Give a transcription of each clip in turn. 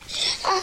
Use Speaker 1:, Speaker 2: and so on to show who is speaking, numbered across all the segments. Speaker 1: out.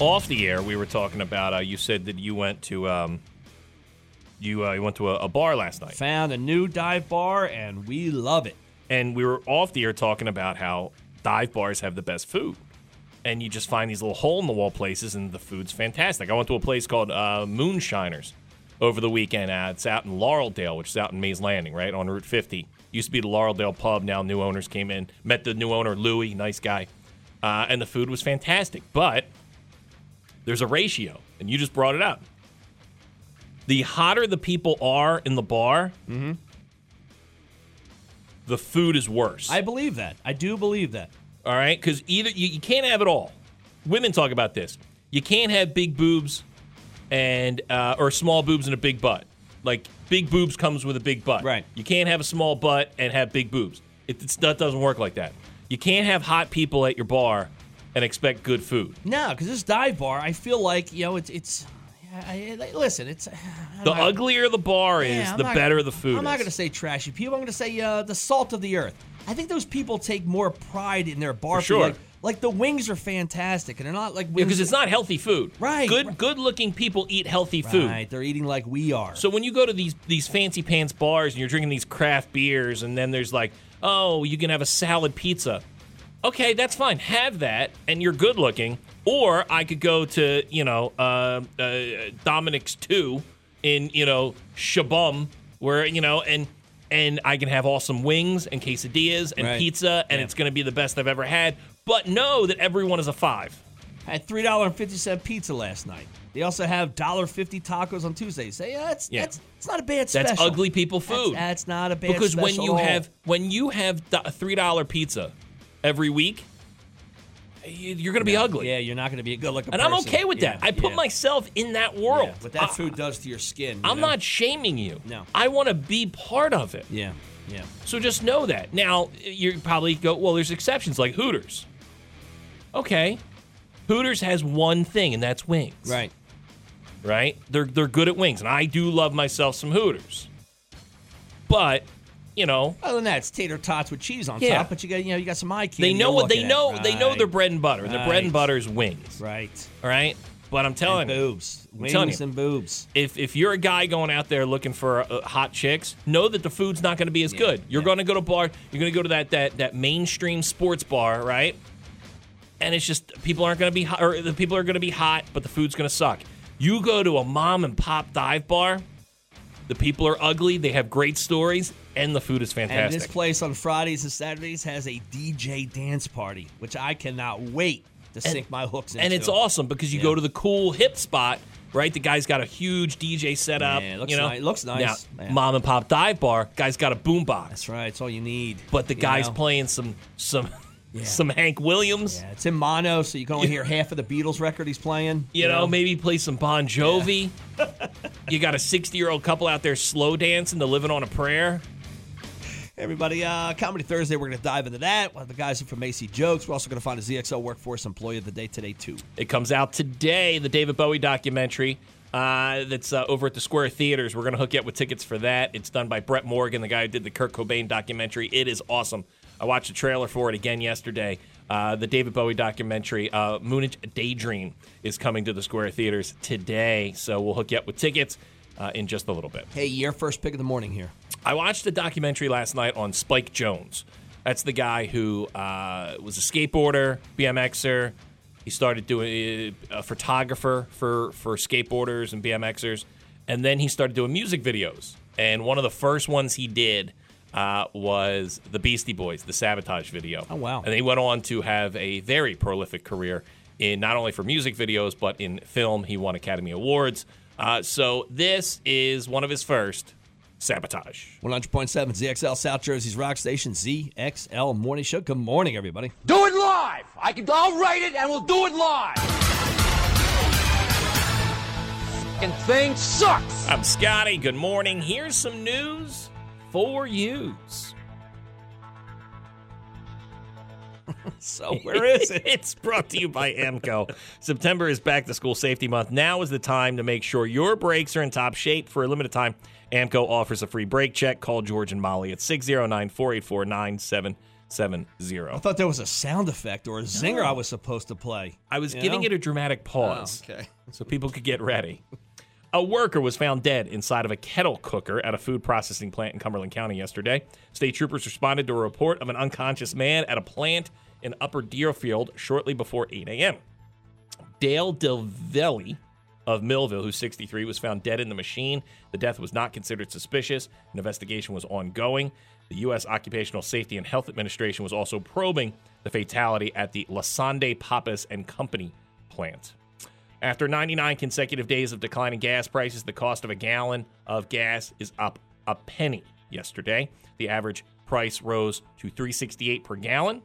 Speaker 2: Off the air, we were talking about. Uh, you said that you went to um, you uh, you went to a, a bar last night,
Speaker 3: Found a new dive bar and we love it.
Speaker 2: and we were off the air talking about how dive bars have the best food, and you just find these little hole in the wall places, and the food's fantastic. I went to a place called uh, Moonshiners over the weekend. Uh, it's out in Laureldale, which is out in Mays Landing, right on Route 50. Used to be the Laureldale Pub. Now new owners came in. Met the new owner, Louie, nice guy, uh, and the food was fantastic, but. there's a ratio, and you just brought it up. The hotter the people are in the bar, the food is worse.
Speaker 3: I believe that. I do believe that.
Speaker 2: all right, because either you, you can't have it all. Women talk about this. You can't have big boobs and uh, or small boobs and a big butt. Like big boobs comes with a big butt.
Speaker 3: Right.
Speaker 2: You can't have a small butt and have big boobs. It it's, that doesn't work like that. You can't have hot people at your bar and expect good food.
Speaker 3: No, because this dive bar, I feel like you know it's it's. I, I, listen, it's I'm
Speaker 2: The
Speaker 3: not-
Speaker 2: uglier the bar is,
Speaker 3: Yeah, I'm
Speaker 2: the
Speaker 3: not-
Speaker 2: better the food
Speaker 3: I'm not
Speaker 2: is.
Speaker 3: going to say trashy people. I'm going to say uh, the salt of the earth. I think those people take more pride in their bar
Speaker 2: For
Speaker 3: food.
Speaker 2: sure.
Speaker 3: Like, like the wings are fantastic, and they're not like wings
Speaker 2: because it's not healthy food.
Speaker 3: Right,
Speaker 2: Good
Speaker 3: right.
Speaker 2: good looking people eat healthy food.
Speaker 3: Right, they're eating like we are.
Speaker 2: So when you go to these these fancy pants bars and you're drinking these craft beers and then there's like, "Oh, you can have a salad pizza." Okay, that's fine. Have that and you're good looking. Or I could go to, you know, uh, uh, Dominic's 2 in, you know, Shabum where, you know, and and I can have awesome wings and quesadillas and
Speaker 3: Right.
Speaker 2: pizza and
Speaker 3: Yeah.
Speaker 2: it's going to be the best I've ever had, but know that everyone is a 5.
Speaker 3: I had three dollar and fifty cent pizza last night. They also have dollar fifty tacos on Tuesdays. Say, yeah, that's
Speaker 2: Yeah.
Speaker 3: that's it's not a bad special.
Speaker 2: That's ugly people
Speaker 3: That's-
Speaker 2: food.
Speaker 3: That's, not a bad
Speaker 2: because when
Speaker 3: special
Speaker 2: you
Speaker 3: at all.
Speaker 2: have when you have do- three dollar pizza every week, y- you're gonna be ugly.
Speaker 3: yeah, you're not going to be a good looking.
Speaker 2: and I'm okay with that. I put myself in that world.
Speaker 3: What that
Speaker 2: I-
Speaker 3: food does to your skin. you
Speaker 2: I'm
Speaker 3: know?
Speaker 2: not shaming you.
Speaker 3: No.
Speaker 2: I want to be part of it.
Speaker 3: Yeah, yeah.
Speaker 2: So just know that. Now you probably go, well, there's exceptions like Hooters. Okay, Hooters has one thing, and that's wings.
Speaker 3: Right.
Speaker 2: right? They're they're good at wings, and I do love myself some Hooters. But you know,
Speaker 3: Other than that, it's tater tots with cheese on
Speaker 2: Yeah.
Speaker 3: top. But you got you know you got some eye candy.
Speaker 2: they know
Speaker 3: you're
Speaker 2: what they
Speaker 3: looking at.
Speaker 2: know. They know their
Speaker 3: Right,
Speaker 2: bread and butter. Their bread and
Speaker 3: Right.
Speaker 2: butter is wings,
Speaker 3: Right.
Speaker 2: all right? But I'm
Speaker 3: And
Speaker 2: telling you,
Speaker 3: boobs, wings,
Speaker 2: telling you.
Speaker 3: and boobs.
Speaker 2: if if you're a guy going out there looking for uh, hot chicks, know that the food's not going to be as good. You're
Speaker 3: yeah.
Speaker 2: going to go to bar. You're going to go to that that that mainstream sports bar, right? And it's just people aren't going to be hot, or the people are going to be hot, but the food's going to suck. You go to a mom and pop dive bar. The people are ugly. They have great stories, and the food is fantastic.
Speaker 3: And this place on Fridays and Saturdays has a DJ dance party, which I cannot wait to sink my hooks into.
Speaker 2: and it's awesome because you
Speaker 3: Yeah.
Speaker 2: go to the cool hip spot, right? The guy's got a huge DJ setup.
Speaker 3: Yeah, it looks
Speaker 2: you know,
Speaker 3: ni- it looks nice.
Speaker 2: Now,
Speaker 3: Yeah.
Speaker 2: mom and pop dive bar, guy's got a boombox,
Speaker 3: That's right. It's all you need.
Speaker 2: but the
Speaker 3: you
Speaker 2: guy's
Speaker 3: know?
Speaker 2: playing some some
Speaker 3: Yeah.
Speaker 2: some Hank Williams.
Speaker 3: Yeah, it's in mono, so you can only hear half of the Beatles record he's playing.
Speaker 2: You know, maybe play some Bon Jovi. you got a 60 year old couple out there slow dancing to Living on a Prayer.
Speaker 3: Everybody, uh, Comedy Thursday, we're going to dive into that. We'll have the guys from Macy Jokes. We're also going to find a ZXL Workforce Employee of the Day today, too.
Speaker 2: It comes out today, the David Bowie documentary. Uh, that's uh, over at the Square Theaters. We're going to hook you up with tickets for that. It's done by Brett Morgan, the guy who did the Kurt Cobain documentary. It is awesome. I watched the trailer for it again yesterday. Uh, the David Bowie documentary, uh, Moonage Daydream, is coming to the Square Theaters today. So we'll hook you up with tickets uh, in just a little bit.
Speaker 3: Hey, your first pick of the morning here.
Speaker 2: I watched a documentary last night on Spike Jones. That's the guy who uh, was a skateboarder, BMXer. He started doing uh, a photographer for for skateboarders and BMXers, and then he started doing music videos. and one of the first ones he did uh, was the Beastie Boys, the Sabotage video.
Speaker 3: Oh, wow.
Speaker 2: And he went on to have a very prolific career in not only for music videos but in film. He won Academy Awards. Uh, so this is one of his first, Sabotage.
Speaker 3: 100.7 ZXL South Jersey's Rock Station ZXL Morning Show. Good morning, everybody.
Speaker 4: Do it live. I can. I'll write it, and we'll do it live. And thing sucks.
Speaker 2: I'm Scotty. Good morning. Here's some news for yous.
Speaker 3: So where is it?
Speaker 2: it's brought to you by Amco. September is back to school safety month. Now is the time to make sure your brakes are in top shape for a limited time. Amco offers a free brake check. Call George and Molly at 609 484
Speaker 3: I
Speaker 2: 9770.
Speaker 3: thought there was a sound effect or a zinger I was supposed to play.
Speaker 2: I was
Speaker 3: You
Speaker 2: giving
Speaker 3: know?
Speaker 2: it a dramatic pause
Speaker 3: okay.
Speaker 2: so people could get ready. A worker was found dead inside of a kettle cooker at a food processing plant in Cumberland County yesterday. State troopers responded to a report of an unconscious man at a plant in Upper Deerfield shortly before 8 a.m. Dale Delvelli of Millville, who's 63, was found dead in the machine. The death was not considered suspicious. An investigation was ongoing. The U.S. Occupational Safety and Health Administration was also probing the fatality at the Lasande Pappas and Company plant. After 99 consecutive days of declining gas prices, the cost of a gallon of gas is up a penny yesterday. The average price rose to 368 per gallon.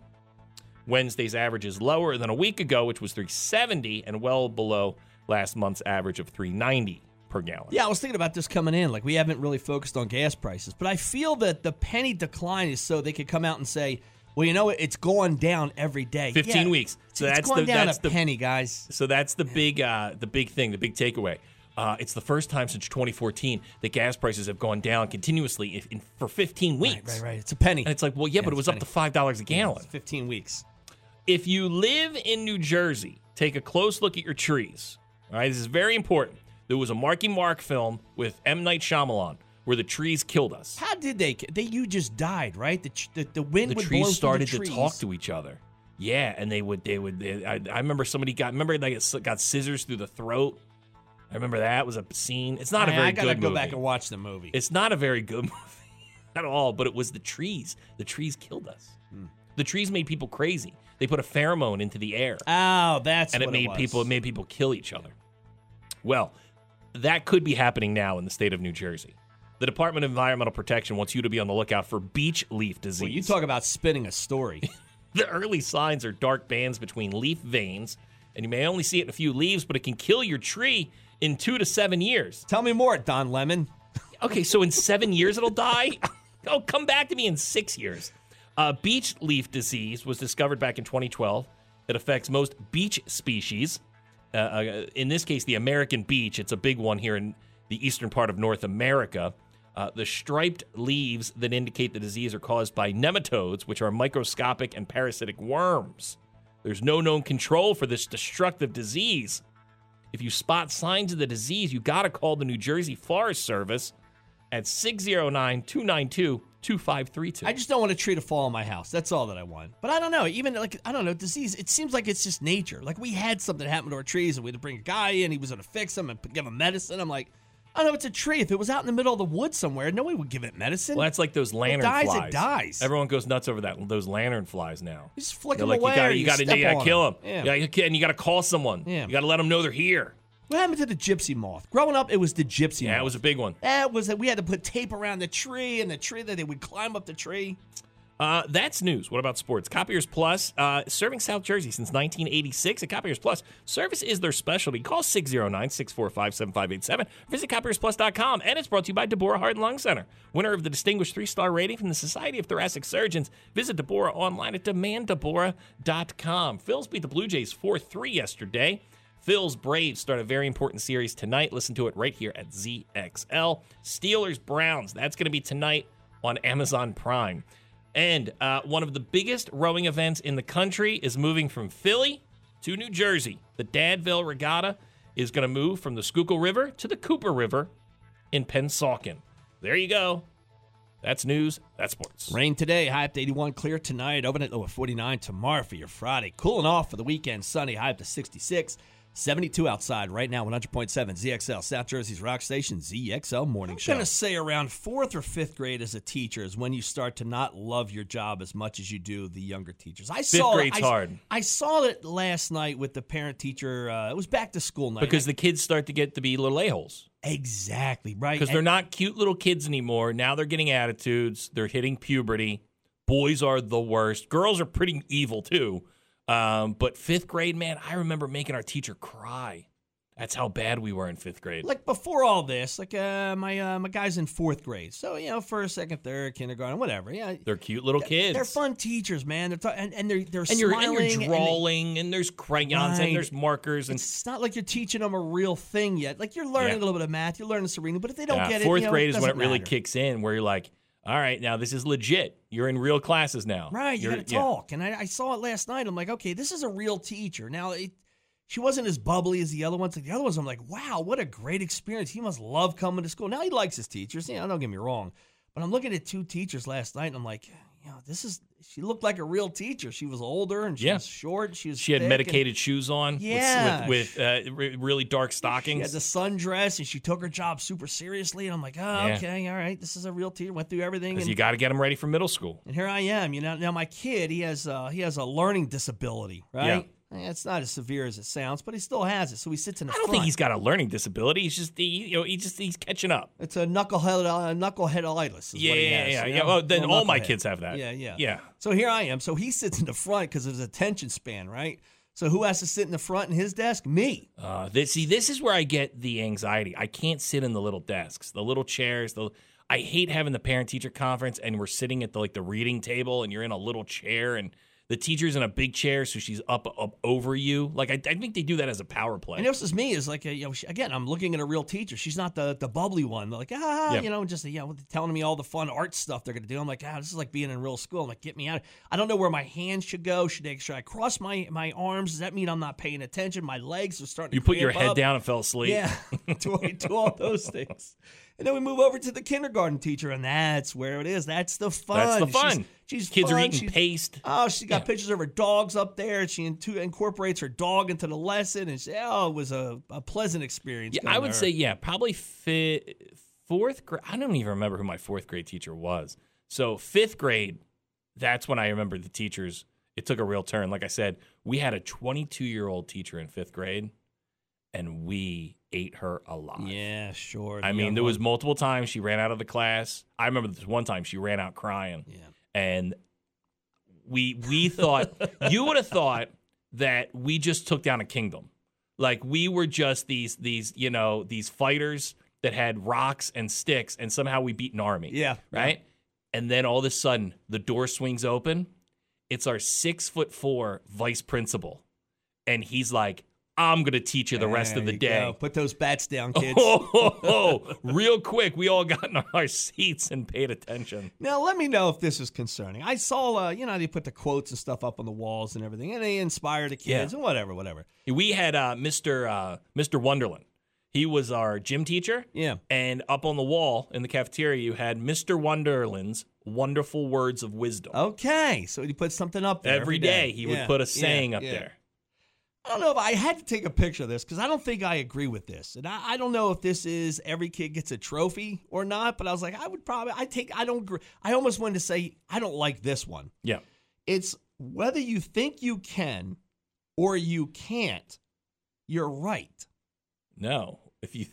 Speaker 2: Wednesday's average is lower than a week ago, which was 370 and well below last month's average of 390 per gallon.
Speaker 3: Yeah, I was thinking about this coming in. Like, we haven't really focused on gas prices, but I feel that the penny decline is so they could come out and say, well, you know what? It's going down every day.
Speaker 2: 15
Speaker 3: Yeah,
Speaker 2: weeks.
Speaker 3: It's,
Speaker 2: So
Speaker 3: it's
Speaker 2: that's
Speaker 3: going
Speaker 2: the-
Speaker 3: down
Speaker 2: that's
Speaker 3: a
Speaker 2: the-
Speaker 3: penny, guys.
Speaker 2: So that's the big uh, the big thing, the big takeaway. Uh, it's the first time since 2014 that gas prices have gone down continuously if, in, for 15 weeks.
Speaker 3: Right, right. It's a penny.
Speaker 2: And it's like, well, yeah, but it
Speaker 3: it's
Speaker 2: was
Speaker 3: funny.
Speaker 2: up to five dollars a gallon.
Speaker 3: It's 15 weeks.
Speaker 2: If you live in New Jersey, take a close look at your trees. All right, this is very important. There was a Marky Mark film with M. Night Shyamalan where the trees killed us.
Speaker 3: How did they? They you just died, right? The tr- the, the wind
Speaker 2: The
Speaker 3: would
Speaker 2: trees
Speaker 3: blow through the
Speaker 2: started to talk
Speaker 3: trees.
Speaker 2: to each other. Yeah, and they would, they would. They, I, I remember somebody got, remember they got scissors through the throat. I remember that was a scene. It's not a
Speaker 3: I-
Speaker 2: very
Speaker 3: I gotta
Speaker 2: good
Speaker 3: go
Speaker 2: movie.
Speaker 3: back and watch the movie.
Speaker 2: It's not a very good movie at all, but it was the trees. The trees killed us.
Speaker 3: Hmm.
Speaker 2: The trees made people crazy. They put a pheromone into the air,
Speaker 3: oh, that's
Speaker 2: and it
Speaker 3: what it
Speaker 2: made
Speaker 3: was.
Speaker 2: people it made people kill each other. Well, that could be happening now in the state of New Jersey. The Department of Environmental Protection wants you to be on the lookout for beech leaf disease.
Speaker 3: Well, you talk about spinning a story.
Speaker 2: The early signs are dark bands between leaf veins, and you may only see it in a few leaves, but it can kill your tree in two to seven years.
Speaker 3: Tell me more, Don Lemon.
Speaker 2: Okay, so in seven years it'll die? oh, come back to me in six years. Uh, beech leaf disease was discovered back in 2012. It affects most beech species. Uh, uh, in this case, the American beech. It's a big one here in the eastern part of North America. Uh, the striped leaves that indicate the disease are caused by nematodes, which are microscopic and parasitic worms. There's no known control for this destructive disease. If you spot signs of the disease, you got to call the New Jersey Forest Service at 609 292 2532.
Speaker 3: I just don't want a tree to fall on my house. That's all that I want. But I don't know. Even like I don't know disease. It seems like it's just nature. Like we had something happen to our trees, and we had to bring a guy in. He was going to fix them and give them medicine. I'm like, I don't know. It's a tree. If it was out in the middle of the woods somewhere, nobody would give it medicine.
Speaker 2: Well, that's like those lantern
Speaker 3: dies, it
Speaker 2: flies.
Speaker 3: dies.
Speaker 2: Everyone goes nuts over that. Those lantern flies now.
Speaker 3: You just flick
Speaker 2: They're
Speaker 3: them
Speaker 2: like,
Speaker 3: away.
Speaker 2: you gotta,
Speaker 3: or
Speaker 2: you gotta,
Speaker 3: step
Speaker 2: you gotta
Speaker 3: on
Speaker 2: kill
Speaker 3: 'em.
Speaker 2: them.
Speaker 3: Yeah.
Speaker 2: Yeah. you can- and you gotta call someone.
Speaker 3: Yeah.
Speaker 2: You gotta let them know they're here.
Speaker 3: What happened to the gypsy moth? Growing up, it was the gypsy moth.
Speaker 2: Yeah, it was a big one.
Speaker 3: That was that we had to put tape around the tree, and the tree that they would climb up the tree.
Speaker 2: Uh, that's news. What about sports? Copiers Plus, uh, serving South Jersey since 1986 at Copiers Plus. Service is their specialty. Call 609 645 7587. Visit copiersplus.com. And it's brought to you by Deborah Heart and Lung Center, winner of the distinguished three star rating from the Society of Thoracic Surgeons. Visit Deborah online at demanddeborah.com. Phil's beat the Blue Jays 4 3 yesterday. Phil's Braves start a very important series tonight. Listen to it right here at ZXL. Steelers Browns, that's going to be tonight on Amazon Prime. And uh, one of the biggest rowing events in the country is moving from Philly to New Jersey. The Dadville Regatta is going to move from the Schuylkill River to the Cooper River in Pensauken. There you go. That's news. That's sports.
Speaker 3: Rain today, high up to 81, clear oh, tonight, open at low at 49 tomorrow for your Friday. Cooling off for the weekend, sunny, high up to 66. 72 outside right now, 100.7 ZXL, South Jersey's Rock Station, ZXL Morning
Speaker 2: I'm
Speaker 3: Show.
Speaker 2: gonna
Speaker 3: say around fourth or fifth grade as a teacher is when you start to not love your job as much as you do the younger teachers. I
Speaker 2: Fifth
Speaker 3: saw
Speaker 2: grade's
Speaker 3: I,
Speaker 2: hard.
Speaker 3: I saw it last night with the parent teacher. Uh, it was back to school night.
Speaker 2: because the kids start to get to be little a-holes
Speaker 3: exactly right
Speaker 2: because
Speaker 3: And-
Speaker 2: they're not cute little kids anymore. Now they're getting attitudes. They're hitting puberty. Boys are the worst. Girls are pretty evil too. Um, but fifth grade, man, I remember making our teacher cry. That's how bad we were in fifth grade.
Speaker 3: like before all this, like uh, my uh, my guy's in fourth grade, so you know first, second, third, kindergarten, whatever. Yeah,
Speaker 2: they're cute little kids.
Speaker 3: they're fun teachers, man. They're ta- and, and they're they're
Speaker 2: And you're, and
Speaker 3: smiling.
Speaker 2: you're
Speaker 3: and they-
Speaker 2: drawing, and, there's crayons,
Speaker 3: Right.
Speaker 2: and there's markers, and
Speaker 3: it's not like you're teaching them a real thing yet. Like you're learning
Speaker 2: Yeah.
Speaker 3: a little bit of math, you're learning Serena, but if they don't
Speaker 2: Yeah,
Speaker 3: get it,
Speaker 2: fourth
Speaker 3: you know, it
Speaker 2: grade is when it
Speaker 3: doesn't
Speaker 2: really
Speaker 3: matter.
Speaker 2: kicks in, where you're like, all right, now this is legit. You're in real classes now.
Speaker 3: Right, you
Speaker 2: You're-
Speaker 3: got to
Speaker 2: yeah.
Speaker 3: talk. And I, I saw it last night. I'm like, okay, this is a real teacher. Now, it, she wasn't as bubbly as the other ones. Like the other ones, I'm like, wow, what a great experience. He must love coming to school. Now he likes his teachers. You know, don't get me wrong, but I'm looking at two teachers last night, and I'm like, you know, this is. She looked like a real teacher. She was older and she
Speaker 2: Yeah.
Speaker 3: was short. She was.
Speaker 2: She had
Speaker 3: thick, and
Speaker 2: medicated shoes on with-
Speaker 3: Yeah.
Speaker 2: with, with, uh, re- really dark
Speaker 3: She had
Speaker 2: stockings.
Speaker 3: the sundress, and she took her job super seriously. And I'm like, oh,
Speaker 2: Yeah.
Speaker 3: okay, all right, this is a real teacher. Went through everything.
Speaker 2: Because
Speaker 3: And,
Speaker 2: you got to get them ready for middle school.
Speaker 3: and here I am. You know, now my kid, he has uh, he has a learning disability, right? Eh, It's not as severe as it sounds, but he still has it. So he sits in the
Speaker 2: I don't
Speaker 3: front.
Speaker 2: think he's got a learning disability. He's just, he, you know, he just he's catching up.
Speaker 3: It's a knucklehead uh, knuckleheaditis. Is
Speaker 2: Yeah,
Speaker 3: what he
Speaker 2: yeah,
Speaker 3: has,
Speaker 2: yeah,
Speaker 3: you
Speaker 2: yeah.
Speaker 3: know?
Speaker 2: Well, then
Speaker 3: Little
Speaker 2: all my
Speaker 3: knucklehead.
Speaker 2: kids have that.
Speaker 3: Yeah, yeah,
Speaker 2: yeah.
Speaker 3: So here I am. So he sits in the front because of his attention span, right? So who has to sit in the front in his desk? Me.
Speaker 2: Uh, this, see, this is where I get the anxiety. I can't sit in the little desks, the little chairs. The I hate having the parent teacher conference and we're sitting at the like the reading table and you're in a little chair and the teacher's in a big chair, so she's up up over you. Like I, I think they do that as a power play.
Speaker 3: And this is me is like, a, you know, she, again, I'm looking at a real teacher. She's not the the bubbly one, like ah,
Speaker 2: Yeah.
Speaker 3: you know, just you know, telling me all the fun art stuff they're gonna do. I'm like, ah, this is like being in real school. I'm like, get me out. I don't know where my hands should go. Should I, should I cross my my arms? Does that mean I'm not paying attention? My legs are starting.
Speaker 2: you
Speaker 3: to
Speaker 2: put your
Speaker 3: cramp
Speaker 2: head
Speaker 3: up.
Speaker 2: down and fell asleep.
Speaker 3: Yeah, do, I do all those things. And then we move over to the kindergarten teacher, and that's where it is. That's the fun.
Speaker 2: That's the
Speaker 3: She's-
Speaker 2: fun.
Speaker 3: She's,
Speaker 2: Kids are
Speaker 3: fun.
Speaker 2: eating
Speaker 3: She's-
Speaker 2: paste.
Speaker 3: Oh, she's got pictures of her dogs up there. She into, incorporates her dog into the lesson, and she, oh, it was a, a pleasant experience.
Speaker 2: Yeah,
Speaker 3: going
Speaker 2: I
Speaker 3: to
Speaker 2: would
Speaker 3: her.
Speaker 2: say yeah, probably fi- fourth grade. I don't even remember who my fourth grade teacher was. So fifth grade, that's when I remember the teachers. It took a real turn. Like I said, we had a 22 year old teacher in fifth grade, and we ate her alive.
Speaker 3: Yeah, sure.
Speaker 2: I
Speaker 3: the
Speaker 2: mean,
Speaker 3: young
Speaker 2: there was
Speaker 3: one.
Speaker 2: multiple times she ran out of the class. I remember this one time she ran out crying.
Speaker 3: Yeah.
Speaker 2: And we we thought you would have thought that we just took down a kingdom. Like we were just these these, you know, these fighters that had rocks and sticks and somehow we beat an army.
Speaker 3: Yeah, yeah.
Speaker 2: Right? And then all of a sudden the door swings open. It's our six foot four vice principal. And he's like, I'm gonna teach you the rest
Speaker 3: There
Speaker 2: of the
Speaker 3: you
Speaker 2: day.
Speaker 3: go. Put those bats down, kids.
Speaker 2: Oh, oh, oh, real quick, we all got in our seats and paid attention.
Speaker 3: Now, let me know if this is concerning. I saw, uh, you know, how they put the quotes and stuff up on the walls and everything, and they inspire the kids and whatever, whatever.
Speaker 2: We had uh, Mr. Uh, Mr. Wonderland. He was our gym teacher.
Speaker 3: Yeah.
Speaker 2: And up on the wall in the cafeteria, you had Mr. Wonderland's wonderful words of wisdom.
Speaker 3: Oh, Okay, so he put something up there
Speaker 2: Every day, he
Speaker 3: Yeah,
Speaker 2: would put
Speaker 3: yeah,
Speaker 2: a saying up
Speaker 3: yeah.
Speaker 2: there.
Speaker 3: I don't know if I had to take a picture of this because I don't think I agree with this, and I, I don't know if this is every kid gets a trophy or not. But I was like, I would probably, I take, I don't, agree. I almost wanted to say I don't like this one.
Speaker 2: Yeah.
Speaker 3: It's whether you think you can or you can't. You're right.
Speaker 2: No. If you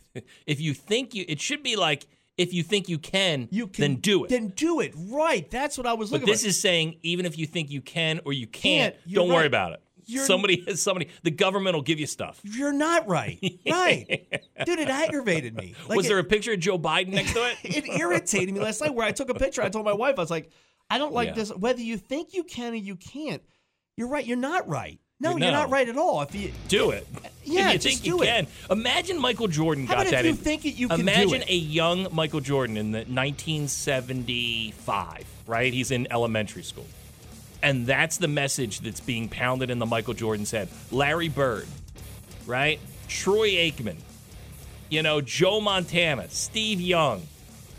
Speaker 2: if you think you, it should be like if you think you can,
Speaker 3: You can
Speaker 2: then do it.
Speaker 3: Then do it. Right. That's what I was
Speaker 2: But
Speaker 3: looking.
Speaker 2: this
Speaker 3: for.
Speaker 2: is saying even if you think you can or you can't,
Speaker 3: Can't, you're
Speaker 2: don't worry
Speaker 3: right.
Speaker 2: about it.
Speaker 3: You're-
Speaker 2: somebody somebody the government will give you stuff.
Speaker 3: You're not right. Right, dude. It aggravated me. Like
Speaker 2: was
Speaker 3: it-
Speaker 2: there a picture of Joe Biden next to it?
Speaker 3: it irritated me last night where I took a picture. I told my wife, I was like, I don't like
Speaker 2: Yeah.
Speaker 3: this. Whether you think you can or you can't, you're right. You're not right. No,
Speaker 2: You're
Speaker 3: you're not
Speaker 2: not.
Speaker 3: right at all. If you,
Speaker 2: do it.
Speaker 3: Yeah,
Speaker 2: if you
Speaker 3: just
Speaker 2: think you
Speaker 3: do it.
Speaker 2: can. Imagine Michael Jordan
Speaker 3: How about
Speaker 2: got
Speaker 3: if
Speaker 2: that
Speaker 3: you
Speaker 2: in.
Speaker 3: think it, you can do
Speaker 2: Imagine
Speaker 3: it?
Speaker 2: a young Michael Jordan in the 1975, right? He's in elementary school. And that's the message that's being pounded in the Michael Jordan's head. Larry Bird, right? Troy Aikman, you know, Joe Montana, Steve Young,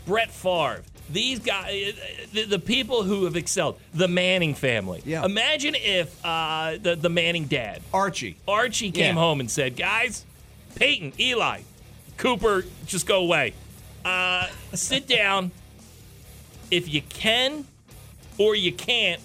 Speaker 2: Brett Favre. These guys, the, the people who have excelled, the Manning family.
Speaker 3: Yeah.
Speaker 2: Imagine if uh, the the Manning dad,
Speaker 3: Archie.
Speaker 2: Archie, came
Speaker 3: Yeah.
Speaker 2: home and said, "Guys, Peyton, Eli, Cooper, just go away. Uh, sit down. If you can, or you can't,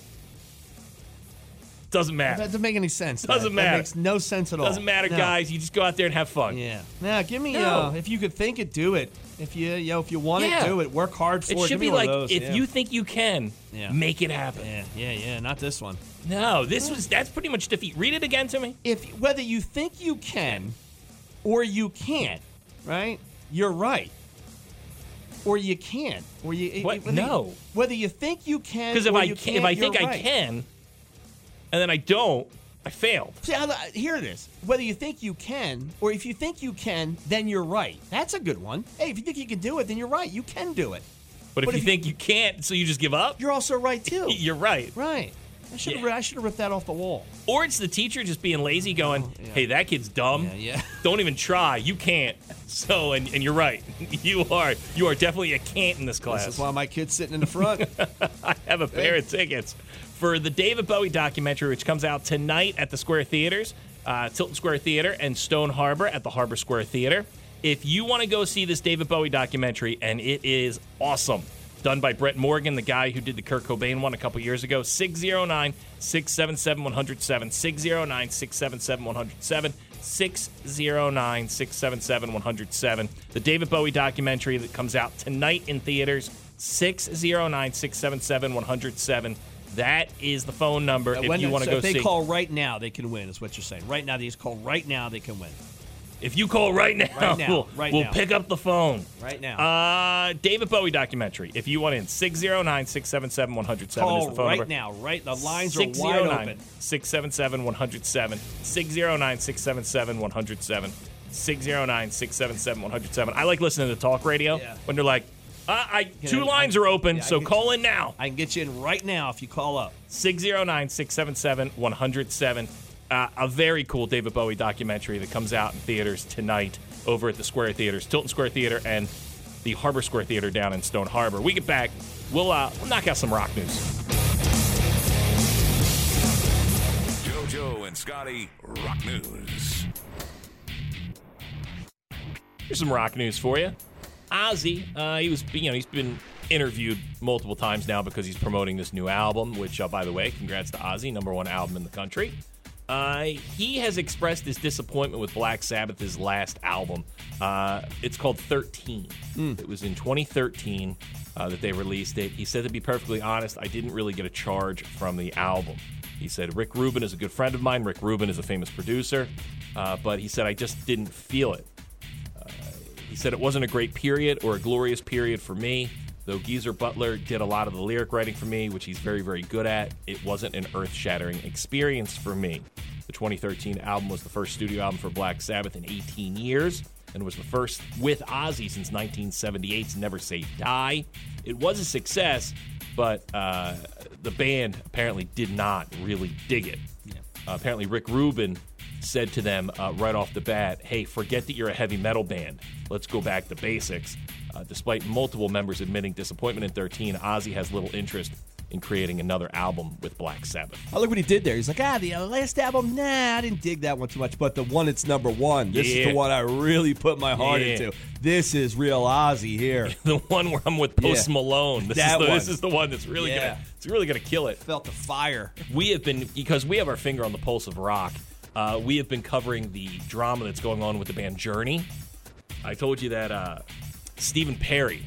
Speaker 2: doesn't matter.
Speaker 3: That doesn't make any sense.
Speaker 2: Doesn't
Speaker 3: That- that
Speaker 2: matter.
Speaker 3: makes no sense at all.
Speaker 2: Doesn't matter,
Speaker 3: No.
Speaker 2: guys. You just go out there and have fun.
Speaker 3: Yeah. Now, give me.
Speaker 2: No.
Speaker 3: Uh, if you could think it, do it. If you, you know, if you want
Speaker 2: Yeah.
Speaker 3: it, do it. Work hard for it.
Speaker 2: It
Speaker 3: Give
Speaker 2: should
Speaker 3: me
Speaker 2: be
Speaker 3: one
Speaker 2: like
Speaker 3: of those.
Speaker 2: if
Speaker 3: yeah.
Speaker 2: you think you can,
Speaker 3: Yeah.
Speaker 2: make it happen.
Speaker 3: Yeah, yeah, yeah. Not this one.
Speaker 2: No, this was that's pretty much defeat. Read it again to me.
Speaker 3: If whether you think you can, or you can't, right? You're right. Or you can't. Or you.
Speaker 2: What?
Speaker 3: whether you-
Speaker 2: No.
Speaker 3: whether you think you can.
Speaker 2: Because if
Speaker 3: or
Speaker 2: I
Speaker 3: you
Speaker 2: can,
Speaker 3: can't,
Speaker 2: if I
Speaker 3: you're
Speaker 2: think I
Speaker 3: right.
Speaker 2: can, and then I don't, I failed.
Speaker 3: See, I, I- here it is. Whether you think you can, or if you think you can, then you're right. That's a good one. Hey, if you think you can do it, then you're right. You can do it.
Speaker 2: But if
Speaker 3: But
Speaker 2: you
Speaker 3: if-
Speaker 2: think you can't, so you just give up.
Speaker 3: You're also right too.
Speaker 2: You're right.
Speaker 3: Right. I should have.
Speaker 2: Yeah.
Speaker 3: I should have ripped that off the wall.
Speaker 2: Or it's the teacher just being lazy, going,
Speaker 3: Oh, yeah.
Speaker 2: "Hey, that kid's dumb.
Speaker 3: Yeah, yeah.
Speaker 2: Don't even try. You can't." So, and, and you're right. You are you are definitely a can't in this class.
Speaker 3: This is why my kid's sitting in the front.
Speaker 2: have a pair of tickets for the David Bowie documentary, which comes out tonight at the Square Theaters, uh, Tilton Square Theater, and Stone Harbor at the Harbor Square Theater. If you want to go see this David Bowie documentary, and it is awesome, done by Brett Morgan, the guy who did the Kurt Cobain one a couple years ago, 609 677 107. 609 677 107. 609 677 107. The David Bowie documentary that comes out tonight in theaters. 609 677 107. That is the phone number if you want to
Speaker 3: so
Speaker 2: go
Speaker 3: if they
Speaker 2: see.
Speaker 3: call right now, they can win. Is what you're saying. Right now, they just call right now, they can win.
Speaker 2: if you call right now,
Speaker 3: Right now,
Speaker 2: we'll,
Speaker 3: right
Speaker 2: we'll
Speaker 3: now.
Speaker 2: pick up the phone.
Speaker 3: Right now.
Speaker 2: Uh, David Bowie documentary. If you want in, 609 677 107 is
Speaker 3: call
Speaker 2: the phone
Speaker 3: right
Speaker 2: number.
Speaker 3: now. Right. The lines are wide open.
Speaker 2: 677 107. 609 677 107. 609 677 107. I like listening to talk radio
Speaker 3: Yeah.
Speaker 2: when they're like, uh, I, two
Speaker 3: I-
Speaker 2: lines are open,
Speaker 3: yeah, I
Speaker 2: so
Speaker 3: can-
Speaker 2: call in now.
Speaker 3: I can get you in right now if you call up.
Speaker 2: 609 677 107. Uh, A very cool David Bowie documentary that comes out in theaters tonight over at the Square Theaters, Tilton Square Theater, and the Harbor Square Theater down in Stone Harbor. We get back, we'll, uh, we'll knock out some rock news.
Speaker 5: JoJo and Scotty Rock News.
Speaker 2: Here's some rock news for you. Ozzy, uh, he was, you know, he's been interviewed multiple times now because he's promoting this new album. Which, uh, by the way, congrats to Ozzy, number one album in the country. Uh, he has expressed his disappointment with Black Sabbath's last album. Uh, it's called 13. It was in 2013 uh, that they released it. He said, to be perfectly honest, I didn't really get a charge from the album. He said, Rick Rubin is a good friend of mine. Rick Rubin is a famous producer. Uh, but he said, I just didn't feel it. He said it wasn't a great period or a glorious period for me, though Geezer Butler did a lot of the lyric writing for me, which he's very, very good at. It wasn't an earth shattering experience for me. The 2013 album was the first studio album for Black Sabbath in 18 years and was the first with Ozzy since 1978's Never Say Die. It was a success, but uh, the band apparently did not really dig it. Uh, apparently, Rick Rubin said to them uh, right off the bat, "Hey, forget that you're a heavy metal band. Let's go back to basics." Uh, despite multiple members admitting disappointment in 13, Ozzy has little interest in creating another album with Black Sabbath.
Speaker 3: I Oh, look what he did there. He's like, ah, the last album, nah, I didn't dig that one too much, but the one that's number one, this is
Speaker 2: Yeah.
Speaker 3: the one I really put my heart
Speaker 2: Yeah.
Speaker 3: into. This is real Ozzy here.
Speaker 2: The one where I'm with Post
Speaker 3: Yeah.
Speaker 2: Malone. This is
Speaker 3: That
Speaker 2: the, this
Speaker 3: one.
Speaker 2: is the one that's really
Speaker 3: Yeah.
Speaker 2: gonna it's really gonna kill it.
Speaker 3: Felt the fire.
Speaker 2: we have been because we have our finger on the pulse of rock. Uh, we have been covering the drama that's going on with the band Journey. I told you that uh, Stephen Perry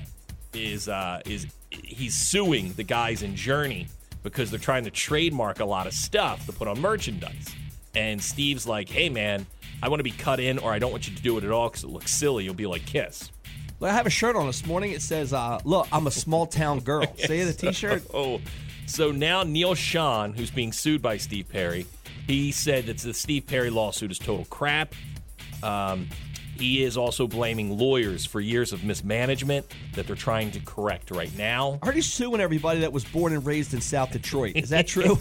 Speaker 2: is uh, is he's suing the guys in Journey because they're trying to trademark a lot of stuff to put on merchandise. And Steve's like, "Hey man, I want to be cut in, or I don't want you to do it at all because it looks silly. You'll be like Kiss."
Speaker 3: Look, I have a shirt on this morning. It says, uh, look, I'm a small town girl. See the t shirt?
Speaker 2: Oh, so now Neil Sean, who's being sued by Steve Perry, he said that the Steve Perry lawsuit is total crap. Um, he is also blaming lawyers for years of mismanagement that they're trying to correct right now.
Speaker 3: I heard he's suing everybody that was born and raised in South Detroit. Is that true?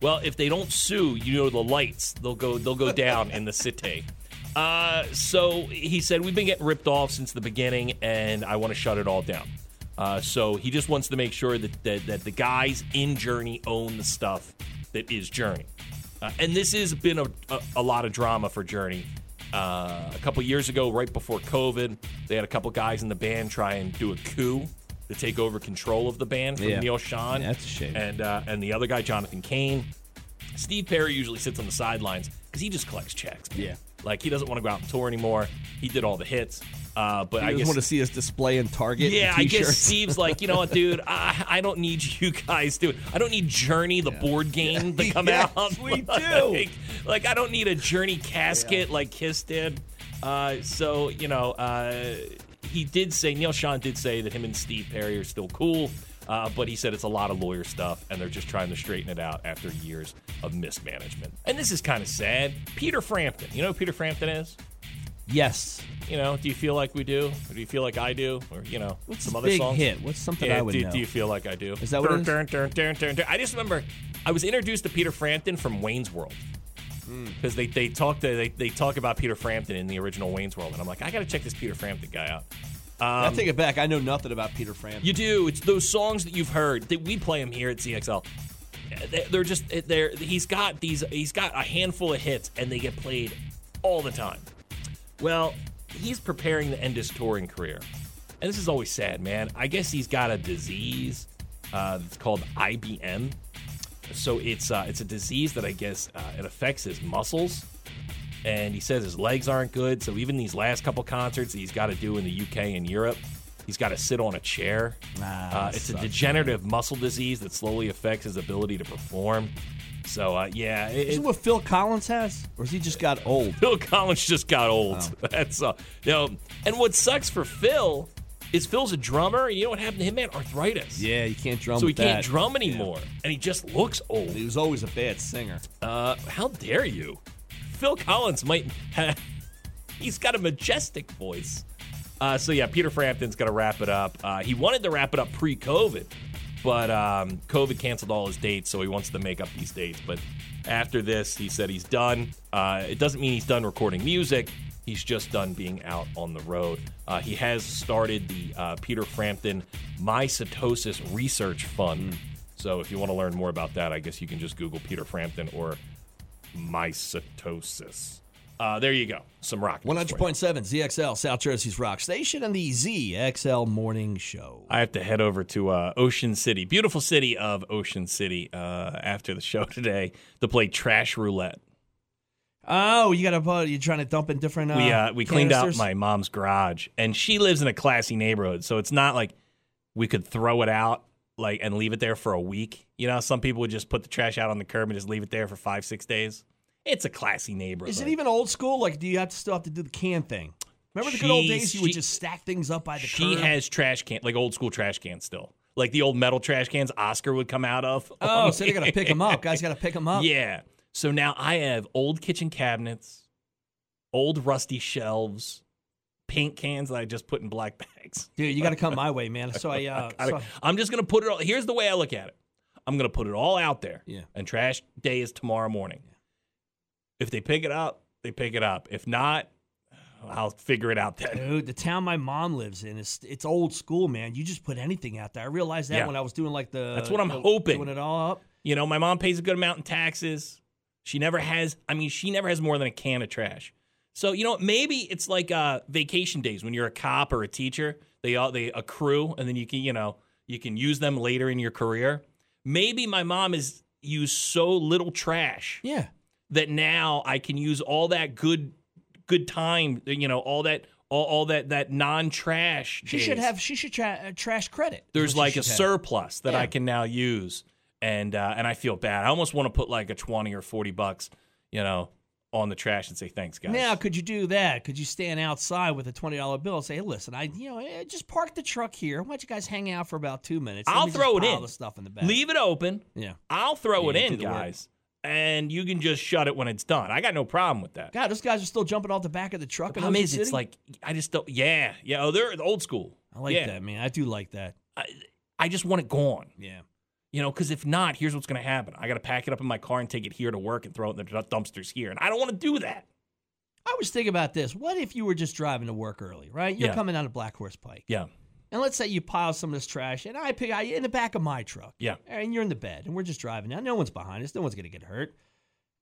Speaker 2: Well, if they don't sue, you know the lights they'll go they'll go down in the city. Uh, so he said we've been getting ripped off since the beginning, and I want to shut it all down. Uh, so he just wants to make sure that, that that the guys in Journey own the stuff that is Journey. Uh, and this has been a, a, a lot of drama for Journey. Uh, a couple years ago, right before COVID, they had a couple guys in the band try and do a coup to take over control of the band from
Speaker 6: Yeah.
Speaker 2: Neil Sean.
Speaker 6: Yeah, that's a shame.
Speaker 2: And uh, and the other guy, Jonathan Kane. Steve Perry usually sits on the sidelines because he just collects checks. man.
Speaker 6: Yeah.
Speaker 2: like he doesn't want to go out and tour anymore. He did all the hits, uh, but
Speaker 6: I
Speaker 2: I
Speaker 6: just
Speaker 2: guess
Speaker 6: want to see us display in Target.
Speaker 2: yeah,
Speaker 6: and
Speaker 2: I guess
Speaker 6: t-shirts.
Speaker 2: Steve's like, you know what, dude? I, I don't need you guys to. I don't need Journey, the board game, to come
Speaker 6: Yes,
Speaker 2: out.
Speaker 6: we do.
Speaker 2: Like, like, I don't need a Journey casket like Kiss did. Uh, so, you know, uh, he did say, Neil Sean did say that him and Steve Perry are still cool. Uh, but he said it's a lot of lawyer stuff, and they're just trying to straighten it out after years of mismanagement. And this is kind of sad. Peter Frampton, you know who Peter Frampton is?
Speaker 3: Yes.
Speaker 2: You know, do you feel like we do? Or do you feel like I do? Or, you know,
Speaker 3: What's
Speaker 2: some
Speaker 3: his
Speaker 2: other
Speaker 3: big
Speaker 2: songs?
Speaker 3: hit? What's something I would
Speaker 2: do,
Speaker 3: know?
Speaker 2: do you feel like I do?
Speaker 3: Is that what it is?
Speaker 2: Dun, dun, dun, dun, dun. I just remember I was introduced to Peter Frampton from Wayne's World.
Speaker 3: Hmm.
Speaker 2: Because they, they talk to, they, they talk about Peter Frampton in the original Wayne's World, and I'm like, I gotta check this Peter Frampton guy out.
Speaker 3: I take it back. I know nothing about Peter Frampton.
Speaker 2: You do. It's those songs that you've heard that we play him here at CXL. They- They're just they're he's got these he's got a handful of hits and they get played all the time. Well, he's preparing to end his touring career, and this is always sad, man. I guess he's got a disease. Uh, it's called IBM. So it's uh, it's a disease that I guess uh, it affects his muscles, and he says his legs aren't good. So even these last couple concerts that he's got to do in the UK and Europe, he's got to sit on a chair.
Speaker 3: Ah,
Speaker 2: uh,
Speaker 3: that
Speaker 2: it's
Speaker 3: sucks,
Speaker 2: a degenerative muscle disease that slowly affects his ability to perform. So uh, yeah, it,
Speaker 3: Is
Speaker 2: it-
Speaker 3: it what Phil Collins has, or has he just got old?
Speaker 2: Phil Collins just got old.
Speaker 3: Oh.
Speaker 2: That's uh, you know, and what sucks for Phil is Phil's a drummer. You know what happened to him, man? Arthritis.
Speaker 3: Yeah, you can't drum.
Speaker 2: So he
Speaker 3: with
Speaker 2: can't
Speaker 3: that.
Speaker 2: drum anymore, and he just looks old.
Speaker 3: He was always a bad singer.
Speaker 2: Uh, how dare you? Phil Collins might have. He's got a majestic voice. Uh, so yeah, Peter Frampton's gonna wrap it up. Uh, he wanted to wrap it up pre-COVID, but um, COVID canceled all his dates, so he wants to make up these dates. But after this, he said he's done. Uh, it doesn't mean he's done recording music. He's just done being out on the road. Uh, he has started the uh, Peter Frampton Mycetosis Research Fund.
Speaker 3: Hmm.
Speaker 2: So if you want to learn more about that, I guess you can just Google Peter Frampton or mycetosis. Uh, there you go. Some rock.
Speaker 3: One
Speaker 2: news
Speaker 3: hundred
Speaker 2: for you.
Speaker 3: point seven ZXL South Jersey's Rock Station and the ZXL Morning Show.
Speaker 2: I have to head over to uh, Ocean City, beautiful city of Ocean City, uh, after the show today to play Trash Roulette.
Speaker 3: Oh, you got a bud? You trying to dump in different? Uh,
Speaker 2: we uh, we cleaned out
Speaker 3: canisters?
Speaker 2: my mom's garage, and she lives in a classy neighborhood, so it's not like we could throw it out like and leave it there for a week. You know, some people would just put the trash out on the curb and just leave it there for five six days. It's a classy neighborhood.
Speaker 3: Is it even old school? Like, do you have to still have to do the can thing? Remember the good old
Speaker 2: She's-
Speaker 3: days? You would
Speaker 2: she-
Speaker 3: just stack things up by the.
Speaker 2: She
Speaker 3: curb?
Speaker 2: has trash can like old school trash cans still, like the old metal trash cans Oscar would come out of.
Speaker 3: Oh, so they gotta pick them up. Guys gotta pick them up.
Speaker 2: Yeah. So now I have old kitchen cabinets, old rusty shelves, paint cans that I just put in black bags.
Speaker 3: Dude, you got to come my way, man. So I, uh,
Speaker 2: I-
Speaker 3: so-
Speaker 2: I'm just gonna put it all. Here's the way I look at it. I'm gonna put it all out there.
Speaker 3: Yeah.
Speaker 2: And trash day is tomorrow morning. If they pick it up, they pick it up. If not, I'll figure it out then.
Speaker 3: dude, the town my mom lives in is it's old school, man. You just put anything out there. I realized that
Speaker 2: Yeah.
Speaker 3: when I was doing like the
Speaker 2: That's what I'm
Speaker 3: the-
Speaker 2: hoping.
Speaker 3: doing it all up.
Speaker 2: You know, my mom pays a good amount in taxes. She never has, I mean, she never has more than a can of trash. So, you know, what, maybe it's like uh, vacation days when you're a cop or a teacher. They all they accrue and then you can, you know, you can use them later in your career. Maybe my mom has used so little trash
Speaker 3: Yeah,
Speaker 2: that now I can use all that good good time, you know, all that all, all that that non-trash
Speaker 3: she should
Speaker 2: days
Speaker 3: have she should tra- uh, trash credit. is
Speaker 2: there's
Speaker 3: what she should
Speaker 2: like a
Speaker 3: have.
Speaker 2: surplus that
Speaker 3: Yeah.
Speaker 2: I can now use, and uh, and I feel bad. I almost want to put like a twenty or forty bucks, you know, on the trash and say thanks, guys.
Speaker 3: Now, could you do that? Could you stand outside with a twenty dollar bill and say, hey, "Listen, I you know eh, just park the truck here. Why don't you guys hang out for about two minutes? Let
Speaker 2: I'll
Speaker 3: me just
Speaker 2: throw it
Speaker 3: pile
Speaker 2: in.
Speaker 3: The stuff in the back.
Speaker 2: leave it open.
Speaker 3: Yeah.
Speaker 2: I'll
Speaker 3: Yeah,
Speaker 2: throw it
Speaker 3: you
Speaker 2: in,
Speaker 3: do the work.
Speaker 2: guys, and you can just shut it when it's done. I got no problem with that.
Speaker 3: God, those guys are still jumping off the back of the truck. in
Speaker 2: problem
Speaker 3: Ocean
Speaker 2: is, it's
Speaker 3: City?
Speaker 2: like I just don't. Yeah, yeah. Oh, they're old school.
Speaker 3: I like
Speaker 2: Yeah.
Speaker 3: that, man. I do like that.
Speaker 2: I, I just want it gone.
Speaker 3: Yeah.
Speaker 2: You know, because if not, here's what's going to happen. I got to pack it up in my car and take it here to work and throw it in the dumpsters here, and I don't want to do that.
Speaker 3: I was thinking about this. What if you were just driving to work early, right? You're
Speaker 2: Yeah.
Speaker 3: coming out of Black Horse Pike.
Speaker 2: Yeah.
Speaker 3: And let's say you pile some of this trash, and I pick I, in the back of my truck.
Speaker 2: Yeah.
Speaker 3: And you're in the bed, and we're just driving down. No one's behind us. No one's gonna get hurt.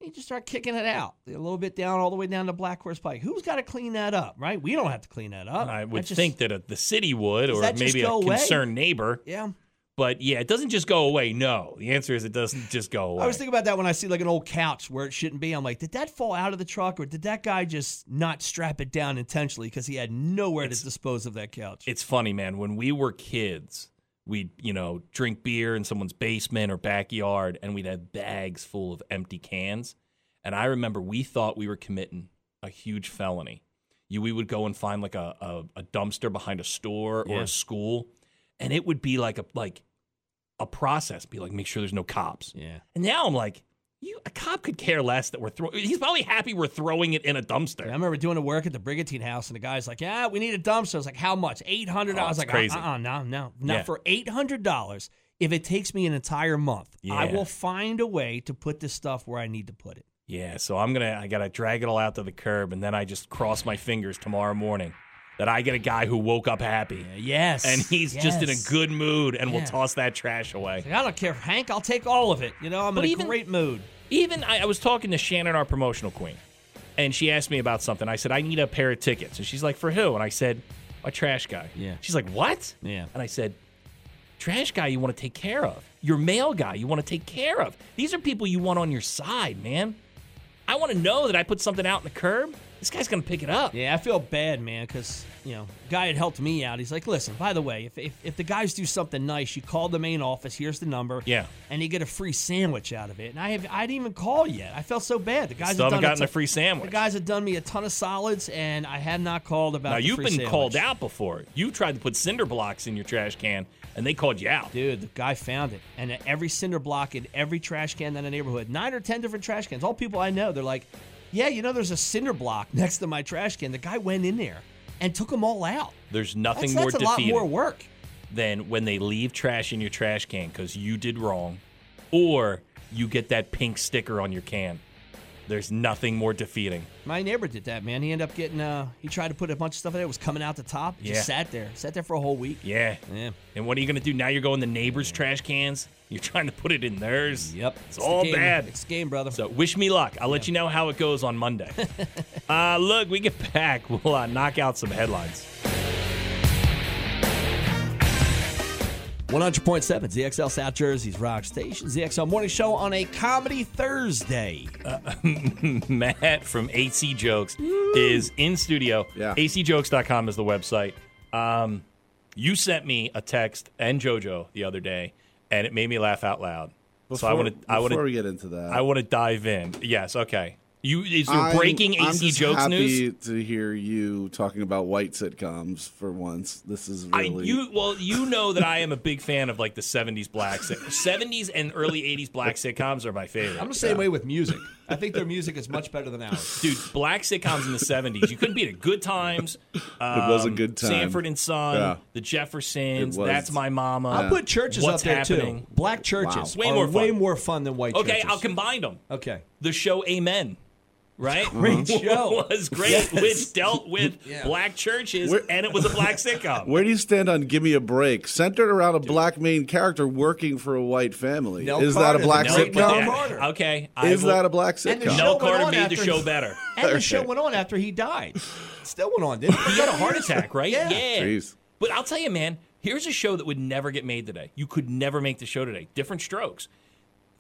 Speaker 3: You just start kicking it out a little bit down, all the way down to Black Horse Pike. Who's got to clean that up, right? We don't have to clean that up.
Speaker 2: I
Speaker 3: Oh, That
Speaker 2: would
Speaker 3: just-
Speaker 2: think that uh the city would, or
Speaker 3: that just
Speaker 2: maybe a
Speaker 3: go away?
Speaker 2: concerned neighbor.
Speaker 3: Yeah.
Speaker 2: But yeah, it doesn't just go away. No, the answer is it doesn't just go away.
Speaker 3: I was thinking about that when I see like an old couch where it shouldn't be. I'm like, did that fall out of the truck, or did that guy just not strap it down intentionally because he had nowhere to dispose of that couch?
Speaker 2: it's funny, man. When we were kids, we'd, you know, drink beer in someone's basement or backyard, and we'd have bags full of empty cans. And I remember we thought we were committing a huge felony. You, we would go and find like a, a, a dumpster behind a store or
Speaker 3: Yeah.
Speaker 2: a school, and it would be like a like a process. Be like, make sure there's no cops.
Speaker 3: yeah.
Speaker 2: And now I'm like, you a cop could care less that we're throwing. He's probably happy we're throwing it in a dumpster.
Speaker 3: I remember doing a work at the Brigantine House, and the guy's like, "Yeah, we need a dumpster." I was like, "How much? Eight hundred
Speaker 2: Oh,
Speaker 3: dollars?"
Speaker 2: it's
Speaker 3: Like,
Speaker 2: crazy.
Speaker 3: uh, uh, no, no, not
Speaker 2: Yeah.
Speaker 3: for eight hundred dollars. If it takes me an entire month, I
Speaker 2: Yeah.
Speaker 3: will find a way to put this stuff where I need to put it.
Speaker 2: Yeah, so I'm gonna I gotta drag it all out to the curb, and then I just cross my fingers tomorrow morning that I get a guy who woke up happy
Speaker 3: Yes,
Speaker 2: and he's just in a
Speaker 3: yes.
Speaker 2: good mood and
Speaker 3: Yeah.
Speaker 2: will toss that trash away.
Speaker 3: Like, I don't care, Hank. I'll take all of it. You know, I'm
Speaker 2: But
Speaker 3: in a
Speaker 2: even-
Speaker 3: great mood.
Speaker 2: Even I, I was talking to Shannon, our promotional queen, and she asked me about something. I said I need a pair of tickets, and she's like, "For who?" And I said, "My trash guy."
Speaker 3: Yeah.
Speaker 2: She's like, "What?"
Speaker 3: Yeah.
Speaker 2: And I said, "Trash guy, you want to take care of. Your mail guy, you want to take care of. These are people you want on your side, man. I want to know that I put something out in the curb. This guy's gonna pick it up."
Speaker 3: Yeah, I feel bad, man, because, you know, guy had helped me out. He's like, listen, by the way, if, if, if the guys do something nice, you call the main office, here's the number.
Speaker 2: Yeah.
Speaker 3: And you get a free sandwich out of it. And I have I didn't even call yet. I felt so bad. The guys
Speaker 2: Still
Speaker 3: have
Speaker 2: haven't
Speaker 3: done
Speaker 2: gotten
Speaker 3: a
Speaker 2: a free sandwich.
Speaker 3: The guys have done me a ton of solids and I have not called about
Speaker 2: Now
Speaker 3: the
Speaker 2: you've
Speaker 3: free
Speaker 2: been
Speaker 3: sandwich.
Speaker 2: called out before. You tried to put cinder blocks in your trash can, and they called you out.
Speaker 3: Dude, the guy found it. And at every cinder block in every trash can in the neighborhood, nine or ten different trash cans, all people I know, they're like, yeah, you know, there's a cinder block next to my trash can. The guy went in there and took them all out.
Speaker 2: There's nothing
Speaker 3: That's,
Speaker 2: more
Speaker 3: that's a lot
Speaker 2: defeating
Speaker 3: more work.
Speaker 2: than when they leave trash in your trash can because you did wrong, or you get that pink sticker on your can. There's nothing more defeating.
Speaker 3: My neighbor did that, man. He ended up getting. Uh, he tried to put a bunch of stuff in there. It was coming out the top. It
Speaker 2: Yeah.
Speaker 3: Just sat there, sat there for a whole week.
Speaker 2: Yeah.
Speaker 3: Yeah.
Speaker 2: And what are you gonna do now? You're going to neighbors' trash cans. You're trying to put it in theirs.
Speaker 3: Yep.
Speaker 2: It's,
Speaker 3: the
Speaker 2: all
Speaker 3: game.
Speaker 2: bad.
Speaker 3: It's the game, brother.
Speaker 2: So wish me luck. I'll let you know how it goes on Monday. uh, look, we get back. We'll uh, knock out some headlines.
Speaker 3: 100.7 ZXL South Jersey's Rock Station. ZXL Morning Show on a Comedy Thursday.
Speaker 2: Matt from AC Jokes is in studio.
Speaker 6: Yeah.
Speaker 2: ACJokes.com is the website. Um, you sent me a text and JoJo the other day, and it made me laugh out loud. so I
Speaker 6: Before-
Speaker 2: want to, I want
Speaker 6: Before we
Speaker 2: to,
Speaker 6: get into that,
Speaker 2: I want to dive in. Yes, okay. You is there
Speaker 6: I'm-
Speaker 2: breaking
Speaker 6: I'm
Speaker 2: AC
Speaker 6: just
Speaker 2: Jokes
Speaker 6: happy
Speaker 2: news?
Speaker 6: To hear you talking about white sitcoms for once, this is
Speaker 2: I,
Speaker 6: really
Speaker 2: you well, you know that I am a big fan of like the '70s black sit- '70s and early '80s black sitcoms are my favorite.
Speaker 3: I'm the same way with music. I think their music is much better than ours.
Speaker 2: dude, black sitcoms in the '70s. You couldn't beat it. Good Times.
Speaker 6: it was a good time.
Speaker 2: Um, Sanford and Son,
Speaker 6: Yeah.
Speaker 2: The Jeffersons,
Speaker 6: It was.
Speaker 2: That's My Mama.
Speaker 3: I'll put churches
Speaker 2: What's
Speaker 3: up there
Speaker 2: happening?
Speaker 3: too. Black churches
Speaker 2: Wow. Way
Speaker 3: are
Speaker 2: more
Speaker 3: way
Speaker 2: fun.
Speaker 3: more fun than white
Speaker 2: Okay,
Speaker 3: churches.
Speaker 2: I'll combine them.
Speaker 3: Okay.
Speaker 2: The show Amen, right?
Speaker 6: Uh-huh.
Speaker 3: Great show.
Speaker 2: was great, which dealt with black churches,
Speaker 6: Where-
Speaker 2: and it was a black sitcom.
Speaker 6: Where do you stand on "Give Me a Break"? Centered around a black main character working for a white family.
Speaker 3: Nell
Speaker 6: is that
Speaker 3: Carter,
Speaker 6: a black
Speaker 3: the great Nell
Speaker 6: sitcom?
Speaker 3: Carter.
Speaker 2: Okay, I
Speaker 6: Is
Speaker 2: will-
Speaker 6: that a black
Speaker 3: And the
Speaker 6: sitcom?
Speaker 3: show
Speaker 2: Nell
Speaker 3: went on
Speaker 2: Carter made
Speaker 3: after-
Speaker 2: the show better.
Speaker 3: And the show went on after he died. Still went on, didn't it?
Speaker 2: He had a heart attack, right?
Speaker 3: Yeah.
Speaker 6: Jeez.
Speaker 2: But I'll tell you, man, here's a show that would never get made today. You could never make the show today. Different strokes.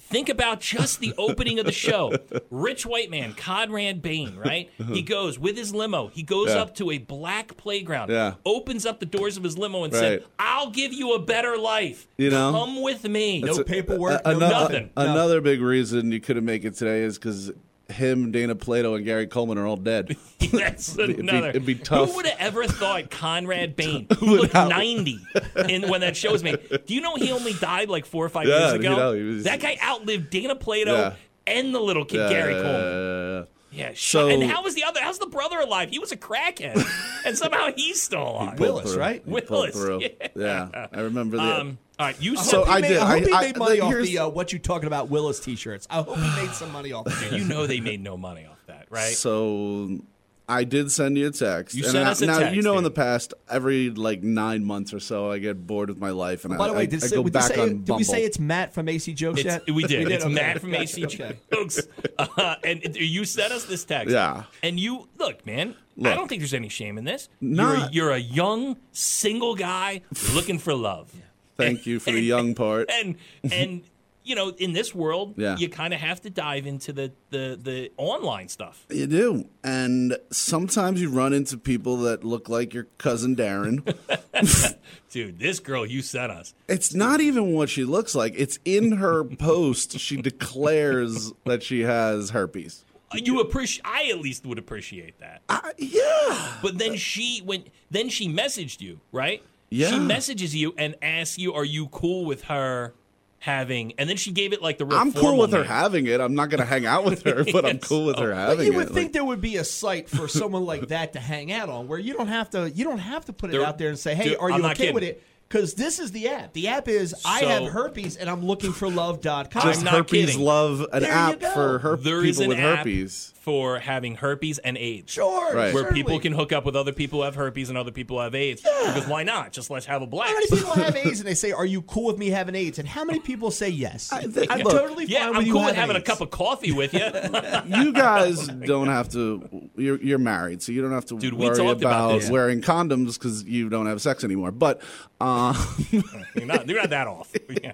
Speaker 2: Think about just the opening of the show. Rich white man, Conrad Bain, right? He goes with his limo. He goes
Speaker 6: Uh-huh. Yeah.
Speaker 2: up to a black playground,
Speaker 6: Yeah.
Speaker 2: opens up the doors of his limo and said,
Speaker 6: Right.
Speaker 2: I'll give you a better life.
Speaker 6: You know?
Speaker 2: Come with me.
Speaker 6: That's
Speaker 3: No
Speaker 6: a-
Speaker 3: paperwork,
Speaker 6: a-
Speaker 3: no
Speaker 6: ano-
Speaker 2: nothing.
Speaker 6: Another big reason you couldn't make it today is because him, Dana Plato, and Gary Coleman are all dead.
Speaker 2: That's
Speaker 6: be-
Speaker 2: another.
Speaker 6: it'd be tough.
Speaker 2: Who would have ever thought Conrad Bain was
Speaker 6: have-
Speaker 2: ninety in, when that show was made? Do you know he only died like four or five
Speaker 6: Yeah,
Speaker 2: years
Speaker 6: you
Speaker 2: ago?
Speaker 6: know, he was-
Speaker 2: that guy outlived Dana Plato
Speaker 6: Yeah.
Speaker 2: and the little kid Gary Coleman.
Speaker 6: Uh,
Speaker 2: Yeah, so
Speaker 6: so-
Speaker 2: and how was the other? How's the brother alive? He was a crackhead, and somehow he's still alive.
Speaker 6: pulled
Speaker 3: Willis,
Speaker 6: through.
Speaker 3: right?
Speaker 6: He pulled
Speaker 2: Willis,
Speaker 6: through.
Speaker 2: yeah.
Speaker 6: Yeah, I remember that.
Speaker 2: um, all right, you said
Speaker 6: So I
Speaker 3: He made-
Speaker 6: did.
Speaker 3: I hope he
Speaker 6: I-
Speaker 3: made money
Speaker 6: the-
Speaker 3: off
Speaker 6: here's-
Speaker 3: the uh, what you talking about Willis t-shirts. I hope he made some money off of it.
Speaker 2: you know they made no money off that, right?
Speaker 6: So I did send you a text.
Speaker 2: You
Speaker 6: and
Speaker 2: sent
Speaker 6: I-
Speaker 2: us a
Speaker 6: now,
Speaker 2: text,
Speaker 6: you know, in
Speaker 2: dude.
Speaker 6: the past, every like nine months or so, I get bored with my life, and
Speaker 3: By
Speaker 6: I,
Speaker 3: the way,
Speaker 6: I-
Speaker 3: did,
Speaker 6: I
Speaker 3: it say-
Speaker 6: go
Speaker 3: we
Speaker 6: back
Speaker 3: just say,
Speaker 6: on
Speaker 3: did
Speaker 6: Bumble.
Speaker 3: we say it's Matt from AC Jokes
Speaker 2: It's,
Speaker 3: yet?
Speaker 2: we did. It's
Speaker 3: okay.
Speaker 2: Matt from
Speaker 3: Gotcha,
Speaker 2: AC
Speaker 3: okay.
Speaker 2: Jokes. Uh, and it- you sent us this text.
Speaker 6: Yeah.
Speaker 2: And you, look, man, I
Speaker 6: Look.
Speaker 2: don't think there's any shame in this. You're, a,
Speaker 6: Not-
Speaker 2: you're a young, single guy looking for love.
Speaker 6: Thank you for the young part.
Speaker 2: And, and, you know, in this world,
Speaker 6: Yeah.
Speaker 2: you kind of have to dive into the, the, the online stuff.
Speaker 6: You do. And sometimes you run into people that look like your cousin Darren.
Speaker 2: Dude, this girl you sent us.
Speaker 6: it's not even what she looks like. It's in her post she declares that she has herpes.
Speaker 2: You appreciate. I at least would appreciate that.
Speaker 6: I, yeah.
Speaker 2: But then she went. Then she messaged you, right? She
Speaker 6: Yeah.
Speaker 2: messages you and asks you, "Are you cool with her having?" And then she gave it like the real.
Speaker 6: I'm cool
Speaker 2: formal
Speaker 6: with her
Speaker 2: name.
Speaker 6: having it. I'm not going to hang out with her, but I'm
Speaker 2: Yes.
Speaker 6: cool with her
Speaker 3: But
Speaker 6: having
Speaker 3: you
Speaker 6: it.
Speaker 3: would think
Speaker 6: Like,
Speaker 3: there would be a site for someone like that to hang out on, where you don't have to you don't have to put it
Speaker 2: There-
Speaker 3: out there and say, "Hey,
Speaker 2: dude,
Speaker 3: are you
Speaker 2: I'm not
Speaker 3: okay with
Speaker 2: kidding.
Speaker 3: it?" Because this is the app. The app is I
Speaker 2: So-
Speaker 3: have herpes and I'm looking for love.com.
Speaker 6: just
Speaker 2: I'm not
Speaker 6: herpes
Speaker 2: kidding.
Speaker 6: love an
Speaker 3: There you
Speaker 6: app
Speaker 3: go.
Speaker 6: for her
Speaker 2: There is
Speaker 6: people
Speaker 2: an
Speaker 6: with
Speaker 2: app
Speaker 6: herpes.
Speaker 2: for having herpes and AIDS.
Speaker 3: sure,
Speaker 6: Right.
Speaker 2: Where
Speaker 3: certainly.
Speaker 2: people can hook up with other people who have herpes and other people who have AIDS. Because why not? Just let's have a
Speaker 3: How
Speaker 2: blast.
Speaker 3: many people have AIDS and they say, "Are you cool with me having AIDS?" And how many people say yes? I,
Speaker 6: think-
Speaker 3: am
Speaker 6: look,
Speaker 3: totally fine
Speaker 2: Yeah,
Speaker 3: with
Speaker 2: I'm
Speaker 3: you
Speaker 2: cool with having a
Speaker 3: AIDS.
Speaker 2: cup of coffee with you.
Speaker 6: you guys don't have to. You're, you're married, so you don't have to
Speaker 2: Dude, we
Speaker 6: worry
Speaker 2: talked
Speaker 6: about,
Speaker 2: about this.
Speaker 6: wearing condoms because you don't have sex anymore. But uh,
Speaker 2: you're, not, you're not that off. Yeah.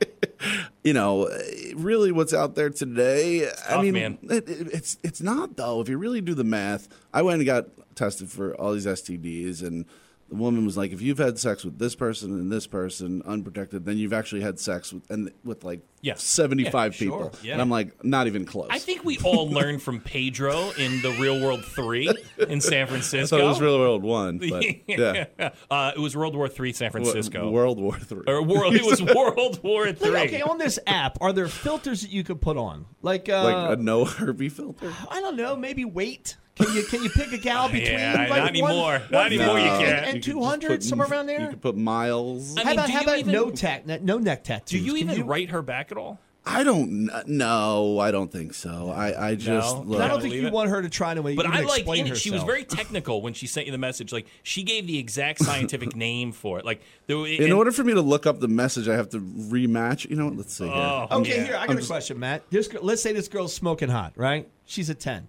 Speaker 6: you know, eh, really, what's out there today?
Speaker 2: tough,
Speaker 6: I mean,
Speaker 2: man.
Speaker 6: It, it- it's it's not though. If you really do the math, I went and got tested for all these STDs, and the woman was like, "If you've had sex with this person and this person unprotected, then you've actually had sex with and with like
Speaker 2: Yeah.
Speaker 6: seventy five
Speaker 2: Yeah, sure.
Speaker 6: people."
Speaker 2: Yeah.
Speaker 6: And I'm like, not even close.
Speaker 2: I think we all learned from Pedro in the Real World Three in San Francisco.
Speaker 6: so. It was Real World One, but yeah.
Speaker 2: Uh, it was World War Three, San Francisco.
Speaker 6: World War Three.
Speaker 2: or world, it was World War Three.
Speaker 3: Okay, on this app, are there filters that you could put on? Like, uh,
Speaker 6: like a no Herbie filter.
Speaker 3: I don't know, maybe weight. Can you can you pick a gal between
Speaker 2: Yeah,
Speaker 3: like
Speaker 2: not
Speaker 3: one-
Speaker 2: anymore. Not
Speaker 3: one
Speaker 2: anymore you
Speaker 3: fifty
Speaker 2: can't.
Speaker 3: and,
Speaker 6: You could just
Speaker 3: two hundred
Speaker 6: put-
Speaker 3: somewhere around
Speaker 6: You
Speaker 3: there.
Speaker 6: could put miles.
Speaker 2: I
Speaker 3: How
Speaker 2: mean,
Speaker 3: about
Speaker 2: do
Speaker 3: how
Speaker 2: you
Speaker 3: about
Speaker 2: even-
Speaker 3: no tack ne- no neck tattoos?
Speaker 2: Do you
Speaker 3: Can
Speaker 2: even write her back at all?
Speaker 6: I don't kn- no, I don't think so. I I just
Speaker 2: No?
Speaker 6: look,
Speaker 3: I don't
Speaker 2: Yeah,
Speaker 3: think
Speaker 2: leave
Speaker 3: you
Speaker 2: it.
Speaker 3: want her to try to.
Speaker 2: But
Speaker 3: even
Speaker 2: I like
Speaker 3: explain
Speaker 2: in it. She was
Speaker 3: herself.
Speaker 2: very technical when she sent you the message. Like she gave the exact scientific name for it. Like there,
Speaker 6: in order for me to look up the message, I have to rematch. You know what? Let's see here.
Speaker 3: Okay,
Speaker 2: Yeah.
Speaker 3: here I got a question, Matt. This girl, let's say this girl's smoking hot, right? She's a ten.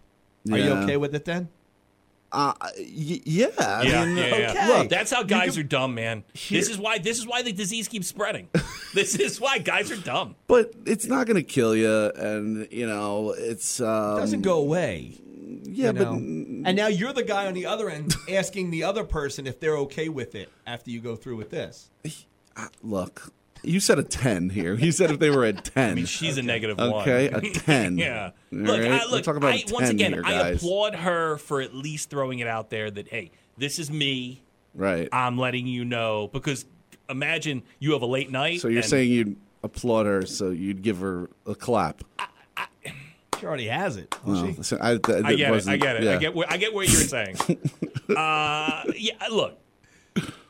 Speaker 3: Are you
Speaker 6: Yeah.
Speaker 3: okay with it then?
Speaker 6: Uh, Y- yeah, I
Speaker 2: Yeah,
Speaker 6: mean,
Speaker 2: yeah, yeah.
Speaker 3: okay.
Speaker 6: look,
Speaker 2: That's how guys are dumb, man. This is why. This is why the disease keeps spreading. this is why guys are dumb.
Speaker 6: but it's not gonna kill you, and you know it's um,
Speaker 3: Doesn't go away.
Speaker 6: Yeah,
Speaker 3: you know?
Speaker 6: but
Speaker 3: and now you're the guy on the other end asking the other person if they're okay with it after you go through with this.
Speaker 6: uh, look, you said a ten here. You said if they were a ten.
Speaker 2: I mean, she's a negative one.
Speaker 6: Okay, a ten.
Speaker 2: Yeah.
Speaker 6: All
Speaker 2: Look,
Speaker 6: right?
Speaker 2: I,
Speaker 6: We're
Speaker 2: look.
Speaker 6: talking about
Speaker 2: I,
Speaker 6: a 10
Speaker 2: once again,
Speaker 6: here,
Speaker 2: I
Speaker 6: guys.
Speaker 2: applaud her for at least throwing it out there that hey, this is me.
Speaker 6: Right.
Speaker 2: I'm letting you know because imagine you have a late night.
Speaker 6: So you're
Speaker 2: and-
Speaker 6: saying you'd applaud her, so you'd give her a clap.
Speaker 3: She already has it.
Speaker 6: No,
Speaker 3: doesn't she?
Speaker 6: so I, that-
Speaker 2: I
Speaker 6: that
Speaker 2: get it. I
Speaker 6: wasn't-
Speaker 2: get it. I
Speaker 6: yeah.
Speaker 2: get. Where, I get what you're saying. uh, yeah. Look,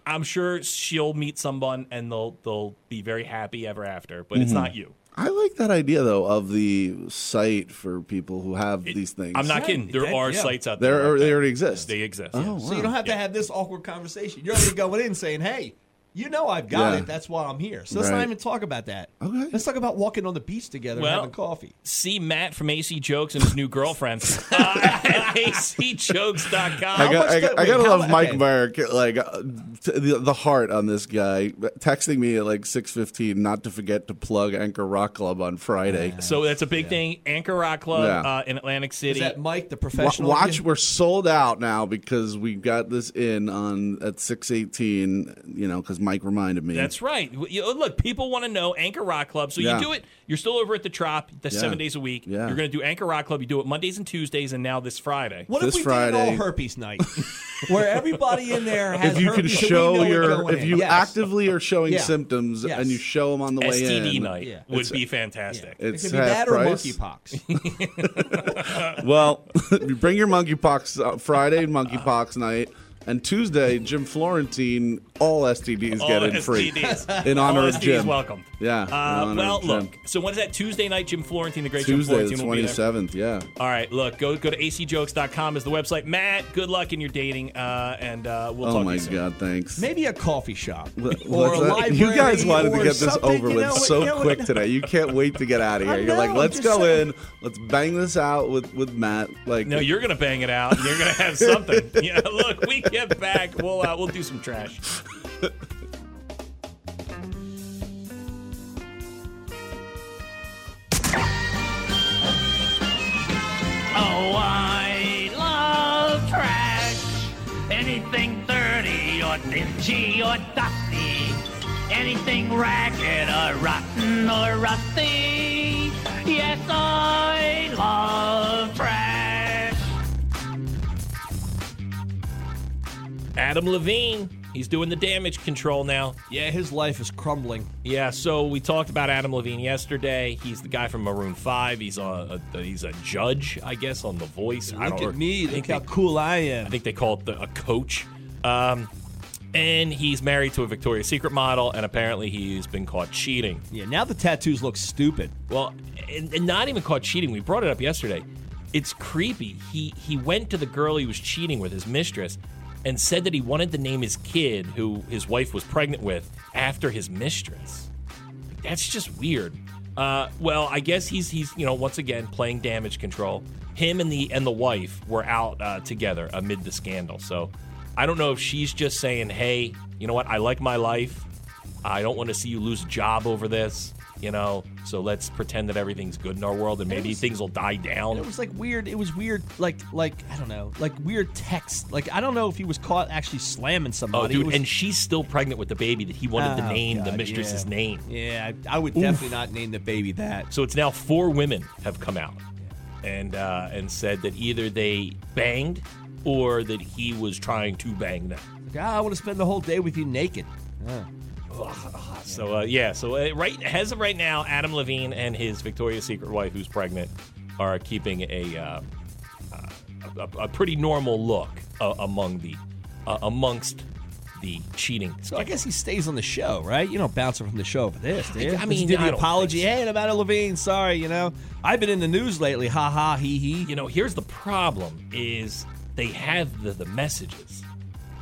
Speaker 2: I'm sure she'll meet someone and they'll they'll be very happy ever after. But
Speaker 6: Mm-hmm.
Speaker 2: it's not you.
Speaker 6: I like that idea though of the site for people who have these things.
Speaker 2: I'm not kidding. There
Speaker 3: That-
Speaker 2: are
Speaker 3: yeah.
Speaker 2: sites out there.
Speaker 6: There,
Speaker 2: like
Speaker 6: are,
Speaker 2: that.
Speaker 6: they already exist.
Speaker 2: They exist.
Speaker 6: Oh,
Speaker 2: yes.
Speaker 3: So you don't have to have this awkward conversation. You're already going in saying, "Hey, you know I've got
Speaker 6: Yeah.
Speaker 3: it. That's why I'm here." So let's not
Speaker 6: Right.
Speaker 3: even talk about that.
Speaker 6: Okay.
Speaker 3: Let's talk about walking on the beach together
Speaker 2: Well-
Speaker 3: and having coffee.
Speaker 2: See Matt from AC Jokes and his new girlfriend uh, at acjokes.com.
Speaker 6: I, got,
Speaker 3: much
Speaker 6: I,
Speaker 3: that-
Speaker 6: I
Speaker 3: wait,
Speaker 6: gotta
Speaker 3: how
Speaker 6: love
Speaker 3: mu- okay.
Speaker 6: Mike Burke, like uh, t- the, the heart on this guy, texting me at like six fifteen, not to forget to plug Anchor Rock Club on Friday.
Speaker 2: So that's a big thing. Anchor Rock Club
Speaker 6: Yeah.
Speaker 2: uh, in Atlantic
Speaker 3: Is
Speaker 2: City.
Speaker 3: that Mike, the
Speaker 6: Wa-
Speaker 3: professional?
Speaker 6: watch,
Speaker 3: You-
Speaker 6: we're sold out now because we got this in on at six eighteen. You know, because Mike reminded me.
Speaker 2: That's right. W- you- uh, look, people want to know Anchor Rock Club. So
Speaker 6: Yeah.
Speaker 2: you do it. You're still over at the Trop. That's
Speaker 6: Yeah.
Speaker 2: seven days a week.
Speaker 6: Yeah.
Speaker 2: You're going to do Anchor Rock Club. You do it Mondays and Tuesdays, and now this Friday.
Speaker 3: What if
Speaker 6: This
Speaker 3: we did
Speaker 6: Friday-
Speaker 3: an all herpes night, where everybody in there has
Speaker 6: if you can
Speaker 3: herpes and we
Speaker 6: show
Speaker 3: know it
Speaker 6: your
Speaker 3: going
Speaker 6: if
Speaker 3: in?
Speaker 6: you
Speaker 3: Yes.
Speaker 6: actively are showing
Speaker 3: Yeah.
Speaker 6: symptoms
Speaker 3: Yes.
Speaker 6: and you show them on the way
Speaker 2: STD
Speaker 6: in uh,
Speaker 2: night
Speaker 3: Yeah.
Speaker 2: would be fantastic.
Speaker 3: it
Speaker 6: it's
Speaker 3: could be
Speaker 6: half
Speaker 3: that or
Speaker 6: price.
Speaker 3: monkeypox.
Speaker 6: well you bring your monkeypox uh, friday monkeypox night And Tuesday, Jim Florentine, all STDs
Speaker 2: All
Speaker 6: get in free
Speaker 2: STDs.
Speaker 6: in honor
Speaker 2: All
Speaker 6: of
Speaker 2: STDs
Speaker 6: Jim.
Speaker 2: welcome.
Speaker 6: Yeah. in
Speaker 2: Uh,
Speaker 6: honor
Speaker 2: well,
Speaker 6: of Jim.
Speaker 2: look. So what is that? Tuesday night, Jim Florentine, the great
Speaker 6: Tuesday
Speaker 2: Jim
Speaker 6: the
Speaker 2: Florentine, will be
Speaker 6: twenty
Speaker 2: there.
Speaker 6: seventh. Yeah.
Speaker 2: All right, look, go go to acjokes.com is the website. Matt, good luck in your dating, uh, and uh, we'll
Speaker 6: Oh
Speaker 2: talk to
Speaker 6: my
Speaker 2: you soon.
Speaker 6: God! Thanks.
Speaker 3: Maybe a coffee shop
Speaker 6: Wha-
Speaker 3: or a
Speaker 6: what's that?
Speaker 3: library.
Speaker 6: You guys wanted to
Speaker 3: or
Speaker 6: get this
Speaker 3: something,
Speaker 6: over
Speaker 3: you
Speaker 6: with
Speaker 3: know,
Speaker 6: so
Speaker 3: you know,
Speaker 6: quick today. You can't wait to get out of
Speaker 3: I
Speaker 6: here. You're like,
Speaker 3: know,
Speaker 6: let's
Speaker 3: just
Speaker 6: go
Speaker 3: saying.
Speaker 6: in, let's bang this out with with Matt. Like,
Speaker 2: No, you're gonna bang it out. and You're gonna have something. yeah, look, we get back. We'll uh, we'll do some trash.
Speaker 7: Oh, I love trash. Anything dirty or dingy or dusty. Anything ragged or rotten or rusty. Yes, I love trash.
Speaker 2: Adam Levine, he's doing the damage control now.
Speaker 3: yeah, his life is crumbling.
Speaker 2: Yeah, so we talked about Adam Levine yesterday. He's the guy from Maroon Five. He's a, a he's a judge, I guess, on The Voice. I
Speaker 3: Look
Speaker 2: don't-
Speaker 3: at me.
Speaker 2: I think
Speaker 3: Look how
Speaker 2: they-
Speaker 3: cool I am.
Speaker 2: I think they call it the, a coach. Um, and he's married to a Victoria's Secret model, and apparently he's been caught cheating.
Speaker 3: yeah, now the tattoos look stupid.
Speaker 2: Well, and, and not even caught cheating. We brought it up yesterday. It's creepy. He he went to the girl he was cheating with, his mistress, and said that he wanted to name his kid, who his wife was pregnant with, after his mistress. That's just weird. Uh, well, I guess he's he's you know once again playing damage control. Him and the and the wife were out uh, together amid the scandal. So I don't know if she's just saying, hey, you know what? I like my life. I don't want to see you lose a job over this. You know, so let's pretend that everything's good in our world and maybe things will die down.
Speaker 3: It was like weird. It was weird. Like like I don't know. Like weird text. Like I don't know if he was caught actually slamming
Speaker 2: oh,
Speaker 3: somebody. It
Speaker 2: dude,
Speaker 3: was-
Speaker 2: and she's still pregnant with the baby that he wanted to
Speaker 3: Oh,
Speaker 2: name the
Speaker 3: God,
Speaker 2: mistress's
Speaker 3: yeah.
Speaker 2: name.
Speaker 3: yeah, I, I would definitely not name the baby that.
Speaker 2: So it's now four women have come out and uh, and said that either they banged or that he was trying to bang them.
Speaker 3: Like, ah, I want to spend the whole day with you naked. Yeah.
Speaker 2: So uh, yeah, so uh, right as of right now, Adam Levine and his Victoria's Secret wife, who's pregnant, are keeping a uh, uh, a, a pretty normal look uh, among the uh, amongst the cheating.
Speaker 3: So I guess he stays on the show, right? You don't bounce him from the show for this, dude.
Speaker 2: I
Speaker 3: Just
Speaker 2: mean,
Speaker 3: do
Speaker 2: I
Speaker 3: the
Speaker 2: don't
Speaker 3: apology.
Speaker 2: think
Speaker 3: Hey, I'm Adam Levine. Sorry, you know, I've been in the news lately. Ha ha, he he.
Speaker 2: you know, here's the problem is they have the, the messages.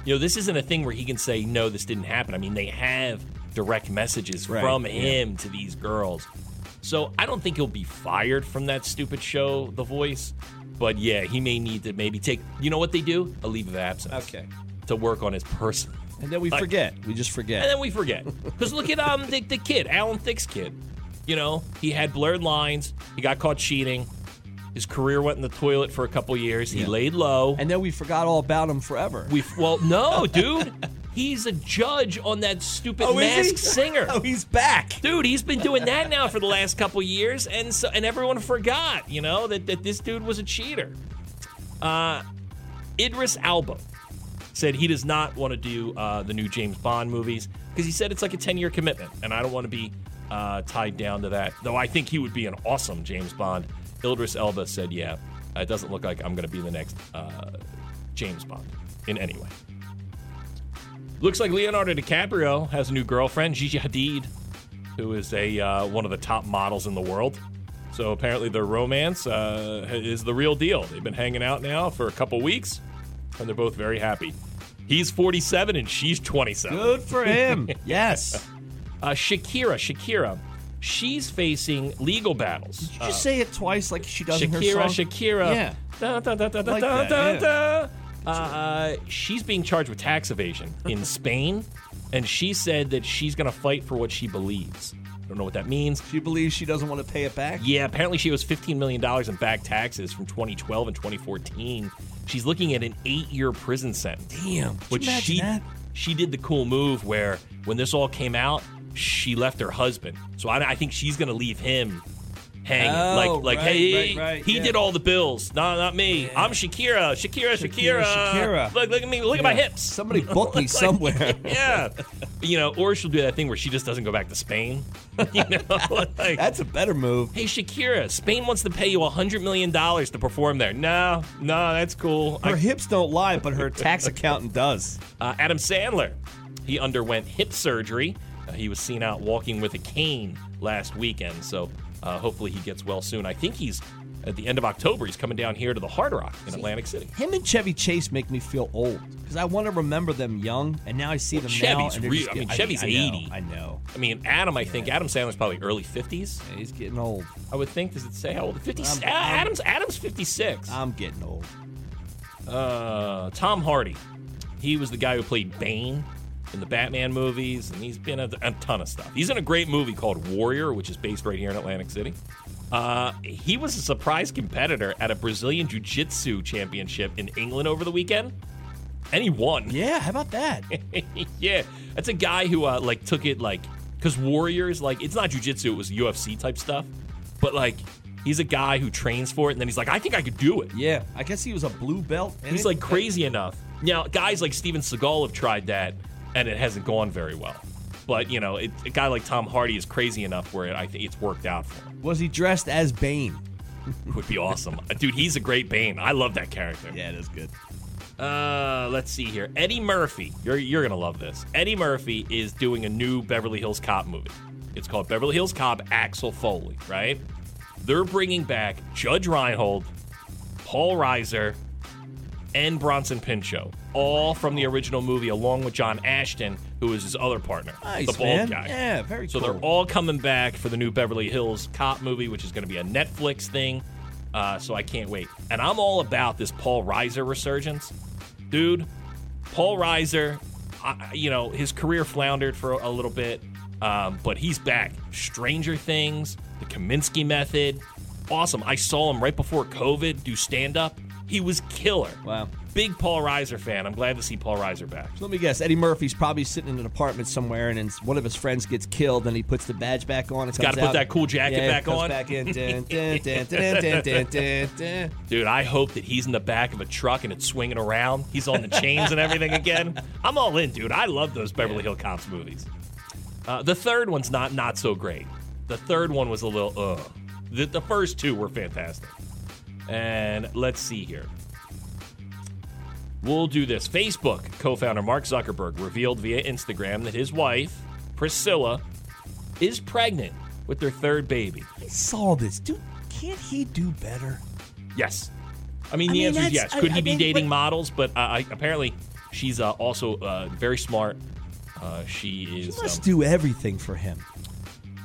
Speaker 2: You know, this isn't a thing where he can say, no, this didn't happen. I mean, they have direct messages
Speaker 3: Right,
Speaker 2: from
Speaker 3: yeah.
Speaker 2: him to these girls. So I don't think he'll be fired from that stupid show, The Voice. But yeah, he may need to maybe take, you know what they do? A leave of absence.
Speaker 3: Okay.
Speaker 2: To work on his person.
Speaker 3: And then we
Speaker 2: Like-
Speaker 3: forget. We just forget.
Speaker 2: And then we forget. Because look at um the, the kid, Alan Thick's kid. You know, he had blurred lines. He got caught cheating. His career went in the toilet for a couple years. He laid low. And
Speaker 3: and then we forgot all about him forever.
Speaker 2: we well, no, dude, he's a judge on that stupid
Speaker 3: Oh, is he?
Speaker 2: masked singer.
Speaker 3: oh, he's back.
Speaker 2: Dude, he's been doing that now for the last couple years, and so and everyone forgot, you know, that, that this dude was a cheater. Uh, Idris Alba said he does not want to do uh, the new James Bond movies because he said it's like a ten year commitment, and I don't want to be uh, tied down to that. Though I think he would be an awesome James Bond. Idris Elba said, "Yeah, it doesn't look like I'm going to be the next uh, James Bond in any way." Looks like Leonardo DiCaprio has a new girlfriend, Gigi Hadid who is a uh, one of the top models in the world. So apparently their romance uh, is the real deal. They've been hanging out now for a couple weeks, and they're both very happy. He's 47 and she's 27.
Speaker 3: Good for him. yes.
Speaker 2: Uh, Shakira, Shakira, she's facing legal battles. Uh,
Speaker 3: Did you just say it twice like she does in her
Speaker 2: Shakira,
Speaker 3: song?
Speaker 2: Shakira.
Speaker 3: Yeah.
Speaker 2: Da, da, da, da, da,
Speaker 3: Like
Speaker 2: da,
Speaker 3: that,
Speaker 2: da,
Speaker 3: yeah.
Speaker 2: da. Uh, uh, she's being charged with tax evasion in Spain, and she said that she's going to fight for what she believes. I don't know what that means.
Speaker 3: She believes she doesn't want to pay it back.
Speaker 2: Yeah, apparently she owes $15 million in back taxes from 2012 and 2014. She's looking at an eight year prison sentence.
Speaker 3: Damn. Could you
Speaker 2: Which
Speaker 3: imagine
Speaker 2: she,
Speaker 3: that?
Speaker 2: she did the cool move where when this all came out, she left her husband. So I, I think she's going to leave him hanging.
Speaker 3: Oh,
Speaker 2: like like
Speaker 3: right,
Speaker 2: hey,
Speaker 3: right, right,
Speaker 2: he
Speaker 3: yeah.
Speaker 2: did all the bills. No, not me. I'm Shakira. Shakira, Shakira,
Speaker 3: Shakira, Shakira.
Speaker 2: Look look at me. Look at my hips.
Speaker 3: Somebody book me somewhere.
Speaker 2: Yeah, you know, or she'll do that thing where she just doesn't go back to Spain. You know, like
Speaker 3: That's a better move.
Speaker 2: Hey Shakira, Spain wants to pay you hundred million dollars to perform there. No, no, that's cool.
Speaker 3: Her
Speaker 2: I-
Speaker 3: hips don't lie, but her tax accountant does.
Speaker 2: uh, Adam Sandler, he underwent hip surgery. Uh, he was seen out walking with a cane last weekend, so uh, hopefully he gets well soon. I think he's at the end of October. He's coming down here to the Hard Rock in Atlantic City.
Speaker 3: Him and Chevy Chase make me feel old because I want to remember them young, and now I see them now.
Speaker 2: Chevy's
Speaker 3: and they're
Speaker 2: real-
Speaker 3: just
Speaker 2: I mean,
Speaker 3: get-
Speaker 2: Chevy's
Speaker 3: I know,
Speaker 2: 80.
Speaker 3: I know.
Speaker 2: I mean, Adam, I think Adam Sandler's probably early fifties.
Speaker 3: Yeah, He's getting old.
Speaker 2: I would think. Does it say how old? Fifty. uh,
Speaker 3: I'm- I'm-
Speaker 2: Adam's Adam's fifty six.
Speaker 3: I'm getting old.
Speaker 2: Uh, Tom Hardy. He was the guy who played Bane in the Batman movies, and he's been in a, a ton of stuff. He's in a great movie called Warrior, which is based right here in Atlantic City. Uh, he was a surprise competitor at a Brazilian Jiu Jitsu championship in England over the weekend, and he won.
Speaker 3: Yeah, how about that?
Speaker 2: yeah, that's a guy who uh, like took it like because warriors like it's not jujitsu, it was UFC type stuff, but like he's a guy who trains for it, and then he's like, I think I could do it.
Speaker 3: Yeah, I guess he was a blue belt. in
Speaker 2: He's
Speaker 3: it.
Speaker 2: like crazy enough. Now, guys like Steven Seagal have tried that, and it hasn't gone very well. But you know, it, a guy like Tom Hardy is crazy enough where I think it's worked out for him.
Speaker 3: Was he dressed as Bane?
Speaker 2: It would be awesome, dude. He's a great Bane. I love that character.
Speaker 3: Yeah, it is good.
Speaker 2: Uh, let's see here. Eddie Murphy. You're you're gonna love this. Eddie Murphy is doing a new Beverly Hills Cop movie. It's called Beverly Hills Cop Axel Foley. Right? They're bringing back Judge Reinhold, Paul Reiser, and Bronson Pinchot, all from the original movie, along with John Ashton, who is his other partner,
Speaker 3: Nice,
Speaker 2: the bald
Speaker 3: man.
Speaker 2: guy.
Speaker 3: Yeah, very
Speaker 2: So
Speaker 3: cool.
Speaker 2: they're all coming back for the new Beverly Hills Cop movie, which is going to be a Netflix thing. Uh, so I can't wait. And I'm all about this Paul Reiser resurgence, dude. Paul Reiser, I, you know, his career floundered for a little bit, um, but he's back. Stranger Things, The Kaminsky Method, awesome. I saw him right before COVID do stand up. He was killer.
Speaker 3: Wow.
Speaker 2: Big Paul Reiser fan. I'm glad to see Paul Reiser back.
Speaker 3: Let me guess. Eddie Murphy's probably sitting in an apartment somewhere, and then one of his friends gets killed, and he puts the badge back on. It's
Speaker 2: gotta put that cool jacket
Speaker 3: yeah, it
Speaker 2: back
Speaker 3: comes
Speaker 2: on.
Speaker 3: Back in. Dun, dun, dun, dun, dun, dun, dun, dun.
Speaker 2: Dude, I hope that he's in the back of a truck and it's swinging around. He's on the chains and everything again. I'm all in, dude. I love those Beverly Hill Cops movies. Uh, the third one's not not so great. The third one was a little ugh. The, the first two were fantastic. And let's see here. We'll do this. Facebook co founder Mark Zuckerberg revealed via Instagram that his wife, Priscilla, is pregnant with their third baby.
Speaker 3: I saw this, dude. Can't he do better?
Speaker 2: Yes. I mean,
Speaker 3: I
Speaker 2: the
Speaker 3: mean,
Speaker 2: answer is yes.
Speaker 3: that's-
Speaker 2: Could
Speaker 3: I-
Speaker 2: he
Speaker 3: I
Speaker 2: be
Speaker 3: mean,
Speaker 2: dating
Speaker 3: but-
Speaker 2: models? But uh, I, apparently, she's uh, also uh, very smart. Uh, she
Speaker 3: He
Speaker 2: is.
Speaker 3: must
Speaker 2: um,
Speaker 3: do everything for him.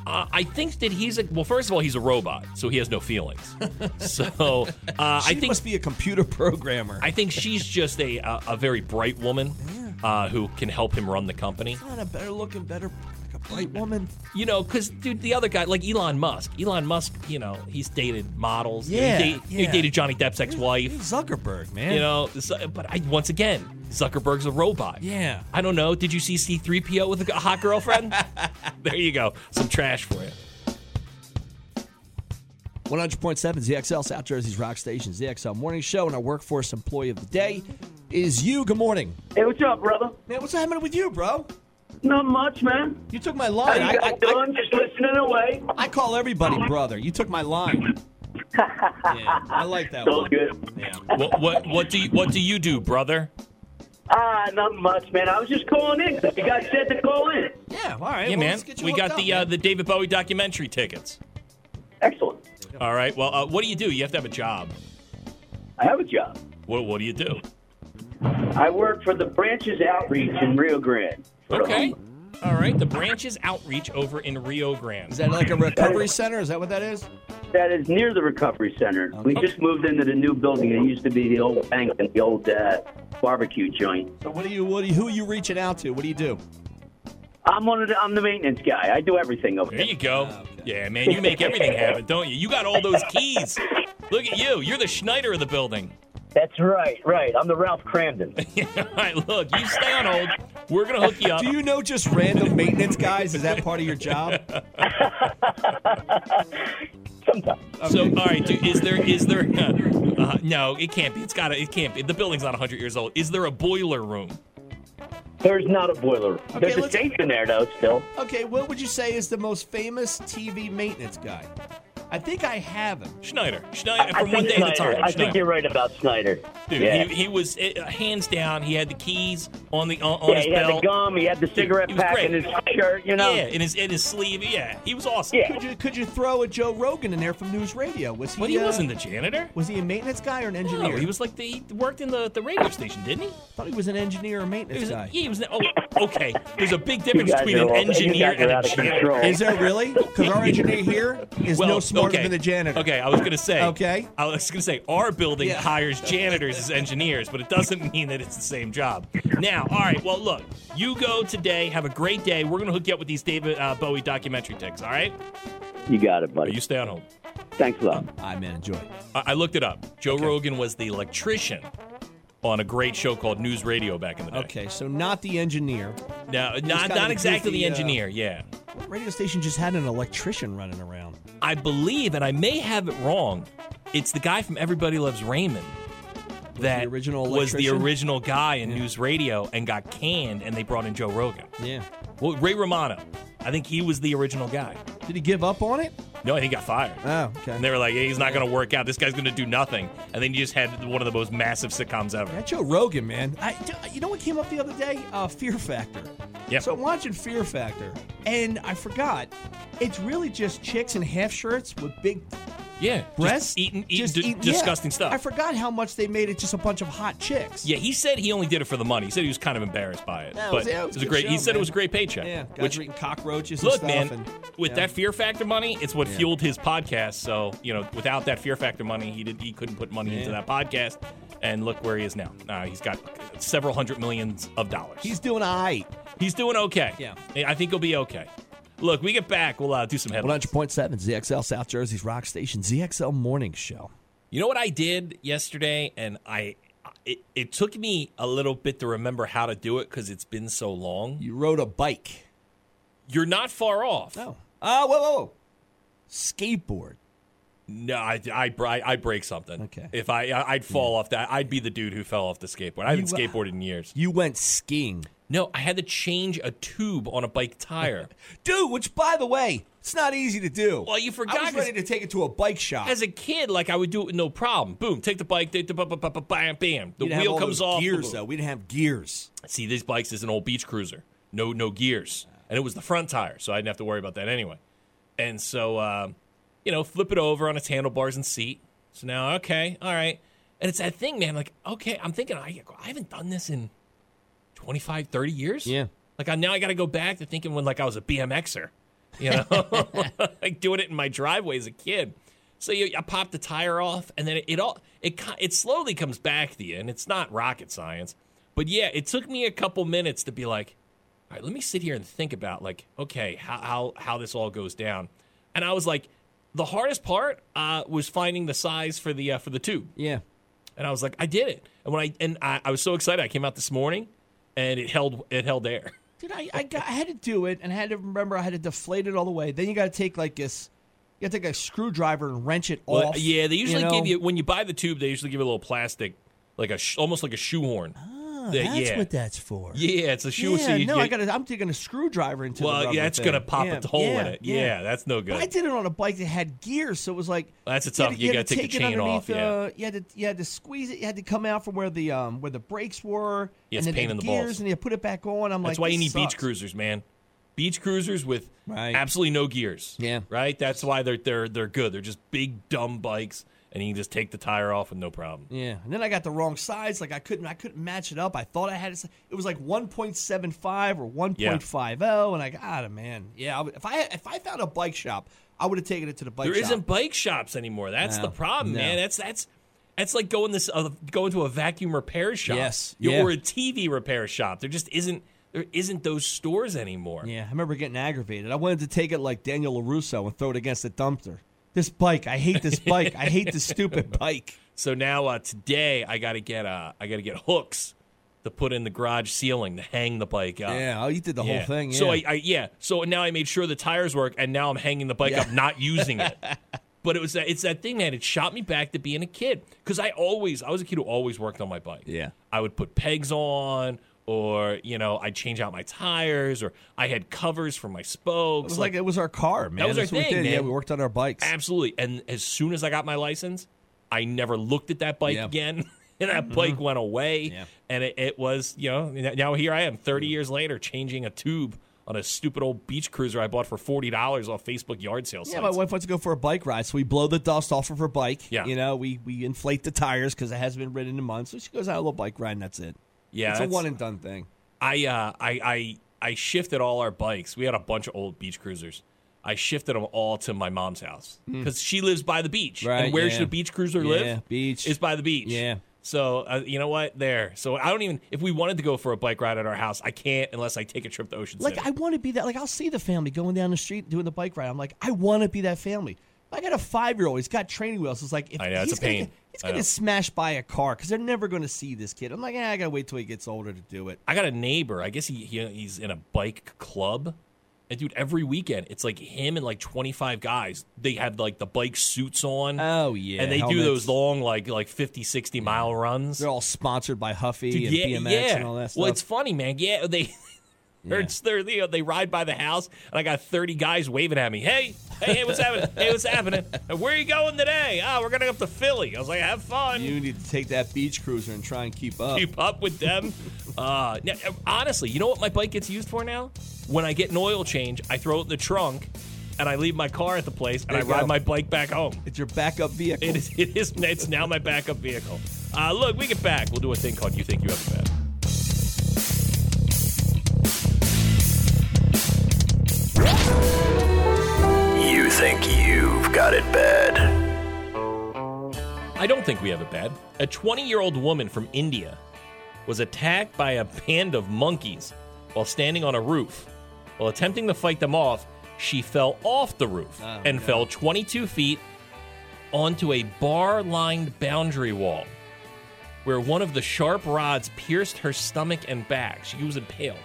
Speaker 2: uh, I think that he's a. Well, first of all, he's a robot, so he has no feelings. so uh, I
Speaker 3: She
Speaker 2: think
Speaker 3: must be a computer programmer.
Speaker 2: I think she's just a a, a very bright woman uh, who can help him run the company.
Speaker 3: Not a better looking, better like a
Speaker 2: Mm.
Speaker 3: bright woman.
Speaker 2: You know, because dude, the other guy, like Elon Musk. Elon Musk, you know, he's dated models. You know,
Speaker 3: Yeah,
Speaker 2: he, date- he
Speaker 3: yeah.
Speaker 2: dated Johnny Depp's ex-wife.
Speaker 3: Zuckerberg, man.
Speaker 2: You know, so- but I, once again, Zuckerberg's a robot.
Speaker 3: Yeah.
Speaker 2: I don't know. Did you see C3PO with a g- a hot girlfriend? there you go. Some trash for you.
Speaker 3: 100.7 ZXL, South Jersey's rock station, ZXL Morning Show, and our workforce employee of the day is you. Good morning.
Speaker 8: Hey, what's up, brother?
Speaker 3: Man, what's happening with you, bro?
Speaker 8: Not much, man.
Speaker 3: You took my
Speaker 8: How
Speaker 3: line.
Speaker 8: you
Speaker 3: I,
Speaker 8: guys
Speaker 3: I, I,
Speaker 8: doing? Just listening away.
Speaker 3: I call everybody brother. You took my line. yeah, I like that
Speaker 8: All
Speaker 3: one.
Speaker 8: good.
Speaker 3: Yeah.
Speaker 2: What what what do you, what do you do, brother?
Speaker 8: Ah, not much, man. I was just calling in. You guys said to call in.
Speaker 3: yeah, all right.
Speaker 2: Yeah,
Speaker 3: well,
Speaker 2: man.
Speaker 3: let's get you
Speaker 2: We got
Speaker 3: hooked
Speaker 2: the
Speaker 3: up,
Speaker 2: uh, the David Bowie documentary tickets.
Speaker 8: Excellent.
Speaker 2: All right. Well, uh, what do you do? You have to have a job.
Speaker 8: I have a job.
Speaker 2: What what do you do?
Speaker 8: I work for the Branches Outreach in Rio Grande.
Speaker 2: Okay. All right. The branches outreach over in Rio
Speaker 3: Is
Speaker 2: Grande.
Speaker 3: that like a recovery center? Is that what that is?
Speaker 8: That is near the recovery center. We just moved into the new building. It used to be the old bank and the old uh, barbecue joint.
Speaker 3: So what do you, what do you, who are you reaching out to? What do you do?
Speaker 8: I'm one of the, I'm the maintenance guy. I do everything over
Speaker 2: There
Speaker 8: there.
Speaker 2: you go. Yeah, man. You make everything happen, don't you? You got all those keys. Look at you. You're the Schneider of the building.
Speaker 8: That's right, right. I'm the Ralph Cramden.
Speaker 2: All right. Look, you stay on hold. We're gonna hook you up.
Speaker 3: Do you know just random maintenance guys? Is that part of your job?
Speaker 8: Sometimes.
Speaker 2: So, all right, do, is there is there? Uh, no, it can't be. It's got to. It can't be. The building's not 100 years old. Is there a boiler room?
Speaker 8: There's not a boiler.
Speaker 3: Okay,
Speaker 8: There's a
Speaker 3: let's-
Speaker 8: station there though. Still,
Speaker 3: Okay, what would you say is the most famous TV maintenance guy? I think I have him.
Speaker 2: Schneider. Schneider.
Speaker 8: I
Speaker 2: From one
Speaker 8: think
Speaker 2: day at a
Speaker 8: Snyder-
Speaker 2: time.
Speaker 8: I think
Speaker 2: Schneider.
Speaker 8: you're right about Snyder.
Speaker 2: Dude,
Speaker 8: yeah.
Speaker 2: he, he was uh, hands down. He had the keys on the on, on
Speaker 8: yeah,
Speaker 2: his
Speaker 8: he
Speaker 2: belt.
Speaker 8: had the gum, he had the
Speaker 2: Dude,
Speaker 8: cigarette
Speaker 2: he was
Speaker 8: pack
Speaker 2: great.
Speaker 8: in his shirt, you know?
Speaker 2: Yeah, in his in his sleeve. Yeah, he was awesome.
Speaker 8: Yeah.
Speaker 3: Could you could you throw a Joe Rogan in there from News Radio? Was he?
Speaker 2: But he
Speaker 3: uh,
Speaker 2: wasn't the janitor.
Speaker 3: Was he a maintenance guy or an engineer?
Speaker 8: Oh.
Speaker 2: No, he was like the, he worked in the, the radio station, didn't he?
Speaker 3: thought he was an engineer or
Speaker 2: He
Speaker 3: maintenance
Speaker 2: was, yeah,
Speaker 3: guy.
Speaker 2: he was. Oh, okay. There's a big difference
Speaker 8: guys
Speaker 2: between
Speaker 8: are
Speaker 2: an
Speaker 8: all- you
Speaker 2: engineer
Speaker 8: guys are
Speaker 2: and a
Speaker 8: out of
Speaker 2: janitor.
Speaker 8: control.
Speaker 3: Is there really? Because our engineer here is no smarter
Speaker 2: okay.
Speaker 3: than the janitor.
Speaker 2: Okay, I was gonna say.
Speaker 3: Okay.
Speaker 2: I was gonna say our building
Speaker 3: Yeah.
Speaker 2: hires janitors as engineers, but it doesn't mean that it's the same job. Now, all right. Well, look, you go today. Have a great day. We're gonna hook you up with these David uh, Bowie documentary ticks. All right.
Speaker 8: You got it, buddy.
Speaker 2: You stay on home.
Speaker 8: Thanks a lot.
Speaker 3: I man, enjoy.
Speaker 2: I, I looked it up. Joe Rogan was the electrician on a great show called News Radio back in the day.
Speaker 3: Okay, so not the engineer.
Speaker 2: Now, not
Speaker 3: got
Speaker 2: not
Speaker 3: the
Speaker 2: exactly the
Speaker 3: goofy, uh,
Speaker 2: engineer. Yeah.
Speaker 3: What radio station just had an electrician running around?
Speaker 2: I believe, and I may have it wrong, it's the guy from Everybody Loves Raymond that
Speaker 3: original
Speaker 2: was the
Speaker 3: electrician?
Speaker 2: original guy in news radio and got canned, and they brought in Joe Rogan.
Speaker 3: Yeah.
Speaker 2: Well, Ray Romano, I think he was the original guy.
Speaker 3: Did he give up on it?
Speaker 2: No, he got fired.
Speaker 3: Oh, okay.
Speaker 2: And they were like, hey, he's not going to work out. This guy's going to do nothing. And then you just had one of the most massive sitcoms ever.
Speaker 3: That Joe Rogan, man. I, do- you know what came up the other day? Uh, Fear Factor.
Speaker 2: Yep.
Speaker 3: So I'm watching Fear Factor, and I forgot, it's really just chicks in half shirts with big
Speaker 2: Yeah. just
Speaker 3: breasts.
Speaker 2: eating, eating
Speaker 3: just
Speaker 2: d-
Speaker 3: eating- yeah.
Speaker 2: disgusting stuff.
Speaker 3: I forgot how much they made it just a bunch of hot chicks.
Speaker 2: Yeah, he said he only did it for the money. He said he was kind of embarrassed by it.
Speaker 3: Yeah, it
Speaker 2: but
Speaker 3: was- yeah, it
Speaker 2: it
Speaker 3: was
Speaker 2: was,
Speaker 3: a
Speaker 2: a
Speaker 3: good
Speaker 2: great. he
Speaker 3: show,
Speaker 2: said
Speaker 3: man.
Speaker 2: it was a great paycheck.
Speaker 3: Yeah, guys
Speaker 2: which
Speaker 3: were eating cockroaches
Speaker 2: look,
Speaker 3: and
Speaker 2: man,
Speaker 3: stuff. and,
Speaker 2: with
Speaker 3: yeah.
Speaker 2: that Fear Factor money, it's what fueled his podcast. So you know, without that Fear Factor money, he did he couldn't put money into that podcast. And look where he is now. Uh, he's got several hundred millions of dollars.
Speaker 3: He's doing all right.
Speaker 2: he's doing okay.
Speaker 3: Yeah.
Speaker 2: I think he'll be okay. Look, we get back, we'll uh, do some headlines.
Speaker 3: 100.7 ZXL South Jersey's Rock Station ZXL Morning Show.
Speaker 2: You know what I did yesterday, and I it, it took me a little bit to remember how to do it because it's been so long.
Speaker 3: You rode a bike.
Speaker 2: You're not far off.
Speaker 3: Oh. Ah, whoa, whoa, whoa. Skateboard.
Speaker 2: No, I I br- I I'd break something.
Speaker 3: Okay.
Speaker 2: If I I- I'd fall off that, I'd be the dude who fell off the skateboard. I haven't
Speaker 3: You-
Speaker 2: skateboarded in years.
Speaker 3: You went skiing.
Speaker 2: No, I had to change a tube on a bike tire.
Speaker 3: Dude, which by the way, it's not easy to do.
Speaker 2: Well, you forgot
Speaker 3: I was
Speaker 2: 'cause-
Speaker 3: ready to take it to a bike shop.
Speaker 2: As a kid, like I would do it with no problem. Boom, take the bike, take the bu- bu- bu- bu- bam, bam. The
Speaker 3: We didn't have
Speaker 2: wheel
Speaker 3: all
Speaker 2: comes
Speaker 3: those
Speaker 2: off.
Speaker 3: Gears
Speaker 2: boom.
Speaker 3: though, we didn't have gears.
Speaker 2: See, these bikes is an old beach cruiser. No, no gears, and it was the front tire, so I didn't have to worry about that anyway. And so, um, you know, flip it over on its handlebars and seat. So now, okay, all right. And it's that thing, man. Like, okay, I'm thinking I, I haven't done this in 25, 30 years.
Speaker 3: Yeah.
Speaker 2: Like, I, now I got to go back to thinking when like I was a BMXer, you know, like doing it in my driveway as a kid. So you, I pop the tire off, and then it, it all it co- it slowly comes back to you, and it's not rocket science. But yeah, it took me a couple minutes to be like, all right, let me sit here and think about like, okay, how how, how this all goes down. And I was like, the hardest part uh, was finding the size for the uh, for the tube.
Speaker 3: Yeah.
Speaker 2: And I was like, I did it. And when I and I, I was so excited, I came out this morning, and it held it held air.
Speaker 3: Dude, I, I, got, I had to do it and I had to remember I had to deflate it all the way. Then you gotta take like this you gotta take a screwdriver and wrench it
Speaker 2: Well,
Speaker 3: off.
Speaker 2: yeah, they usually
Speaker 3: know?
Speaker 2: give you when you buy the tube, they usually give you a little plastic, like a sh- almost like a shoehorn.
Speaker 3: Ah,
Speaker 2: They-
Speaker 3: that's
Speaker 2: yeah.
Speaker 3: what that's for.
Speaker 2: Yeah, it's a shoe. so
Speaker 3: Yeah,
Speaker 2: you-
Speaker 3: no, I
Speaker 2: you-
Speaker 3: got. to I'm taking a screwdriver into. the
Speaker 2: Well,
Speaker 3: rubber
Speaker 2: yeah, it's
Speaker 3: thing.
Speaker 2: gonna pop
Speaker 3: Yeah,
Speaker 2: a hole in
Speaker 3: yeah,
Speaker 2: it. Yeah, that's no good.
Speaker 3: But I did it on a bike that had gears, so it was like
Speaker 2: That's a
Speaker 3: you had
Speaker 2: tough-
Speaker 3: to-
Speaker 2: you
Speaker 3: had
Speaker 2: gotta
Speaker 3: to
Speaker 2: take the
Speaker 3: it
Speaker 2: chain
Speaker 3: underneath,
Speaker 2: off, yeah.
Speaker 3: uh, you had to you had to squeeze it. You had to come out from where the um where the brakes were. and
Speaker 2: Yeah, it's
Speaker 3: then
Speaker 2: pain
Speaker 3: the
Speaker 2: in the
Speaker 3: gears,
Speaker 2: balls.
Speaker 3: and you put it back on. I'm like,
Speaker 2: That's why you
Speaker 3: this
Speaker 2: need
Speaker 3: sucks.
Speaker 2: beach cruisers, man. Beach cruisers with
Speaker 3: Right.
Speaker 2: absolutely no gears.
Speaker 3: Yeah.
Speaker 2: Right? That's why they're they're they're good. They're just big dumb bikes and you can just take the tire off with no problem.
Speaker 3: Yeah, and then I got the wrong size. Like I couldn't, I couldn't match it up. I thought I had it. It was like 1.75 or 1.50, oh. and I got it, man. Yeah, I would- if I if I found a bike shop, I would have taken it to the bike
Speaker 2: There
Speaker 3: shop.
Speaker 2: not bike shops anymore. That's
Speaker 3: No,
Speaker 2: the problem,
Speaker 3: no.
Speaker 2: man. That's that's that's like going this uh, going to a vacuum repair shop.
Speaker 3: Yes,
Speaker 2: You-
Speaker 3: yeah.
Speaker 2: Or a TV repair shop. There just isn't there isn't those stores anymore.
Speaker 3: Yeah, I remember getting aggravated. I wanted to take it like Daniel LaRusso and throw it against the dumpster. This bike, I hate this bike. I hate this stupid bike.
Speaker 2: So now uh, today I gotta get uh, I gotta get hooks to put in the garage ceiling to hang the bike up.
Speaker 3: Yeah, oh, you did the whole thing. Yeah.
Speaker 2: So I, I yeah. So now I made sure the tires work, and now I'm hanging the bike up, not using it. But it was that it's that thing, man. It shot me back to being a kid because I always I was a kid who always worked on my bike.
Speaker 3: Yeah.
Speaker 2: I would put pegs on, or you know, I change out my tires, or I had covers for my spokes.
Speaker 3: It was like, it was our car, man.
Speaker 2: That was our
Speaker 3: That's what we
Speaker 2: thing,
Speaker 3: did. Yeah,
Speaker 2: man.
Speaker 3: we worked on our bikes.
Speaker 2: Absolutely. And as soon as I got my license, I never looked at that bike
Speaker 3: Yeah. Mm-hmm.
Speaker 2: again. And that bike went away. And it, it was, you know, now here I am
Speaker 3: Mm-hmm.
Speaker 2: 30 years later changing a tube on a stupid old beach cruiser I bought for $40 off Facebook yard sale
Speaker 3: Yeah,
Speaker 2: sites.
Speaker 3: my wife wants to go for a bike ride, so we blow the dust off of her bike.
Speaker 2: Yeah.
Speaker 3: you know, we we inflate the tires because it hasn't been ridden in months. So she goes out a little bike ride, and that's it.
Speaker 2: Yeah,
Speaker 3: it's a
Speaker 2: that's-
Speaker 3: one and done thing.
Speaker 2: I, uh, I, I, I shifted all our bikes. We had a bunch of old beach cruisers. I shifted them all to my mom's house because she lives by the beach.
Speaker 3: Hmm. Right,
Speaker 2: and where
Speaker 3: yeah.
Speaker 2: should a beach cruiser
Speaker 3: Yeah,
Speaker 2: live?
Speaker 3: beach.
Speaker 2: It's by the beach.
Speaker 3: Yeah.
Speaker 2: So uh, you know what? There. So I don't even. If we wanted to go for a bike ride at our house, I can't unless I take a trip to Ocean
Speaker 3: Like
Speaker 2: City.
Speaker 3: I want to be that. Like I'll see the family going down the street doing the bike ride. I'm like, I want to be that family. I got a five year old. He's got training wheels. It's like if
Speaker 2: I know, it's
Speaker 3: he's
Speaker 2: a
Speaker 3: gonna
Speaker 2: pain.
Speaker 3: get- he's
Speaker 2: I
Speaker 3: going
Speaker 2: know.
Speaker 3: to smash by a car because they're never going to see this kid. I'm like, eh, I got to wait till he gets older to do it.
Speaker 2: I got a neighbor. I guess he, he he's in a bike club. And dude, every weekend it's like him and like twenty five guys. They have like the bike suits on.
Speaker 3: Oh, yeah,
Speaker 2: And they do
Speaker 3: helmets.
Speaker 2: those long like like 50, 60 mile runs.
Speaker 3: They're all sponsored by Huffy
Speaker 2: Dude,
Speaker 3: and BMX and all that stuff.
Speaker 2: Well, it's funny, man. Yeah, they. Or it's they're, you know, they ride by the house, and I got 30 guys waving at me. Hey, hey, hey, what's happening? Hey, what's happening? And where are you going today? Ah, we're going to go up to Philly. I was like, have fun.
Speaker 3: you need to take that beach cruiser and try and keep up.
Speaker 2: Keep up with them. uh, now, honestly, you know what my bike gets used for now? When I get an oil change, I throw it in the trunk, and I leave my car at the place, and I
Speaker 3: There you
Speaker 2: ride
Speaker 3: go.
Speaker 2: my bike back home.
Speaker 3: It's your backup vehicle.
Speaker 2: It is, it is, it's now my backup vehicle. Uh, look, we get back. We'll do a thing called You Think You Have a Bad.
Speaker 9: You think you've got it bad.
Speaker 2: I don't think we have it bad. A 20 year old woman from India was attacked by a band of monkeys while standing on a roof. While attempting to fight them off, she fell off the roof
Speaker 3: Oh,
Speaker 2: and
Speaker 3: no.
Speaker 2: fell 22 feet onto a bar lined boundary wall where one of the sharp rods pierced her stomach and back. She was impaled.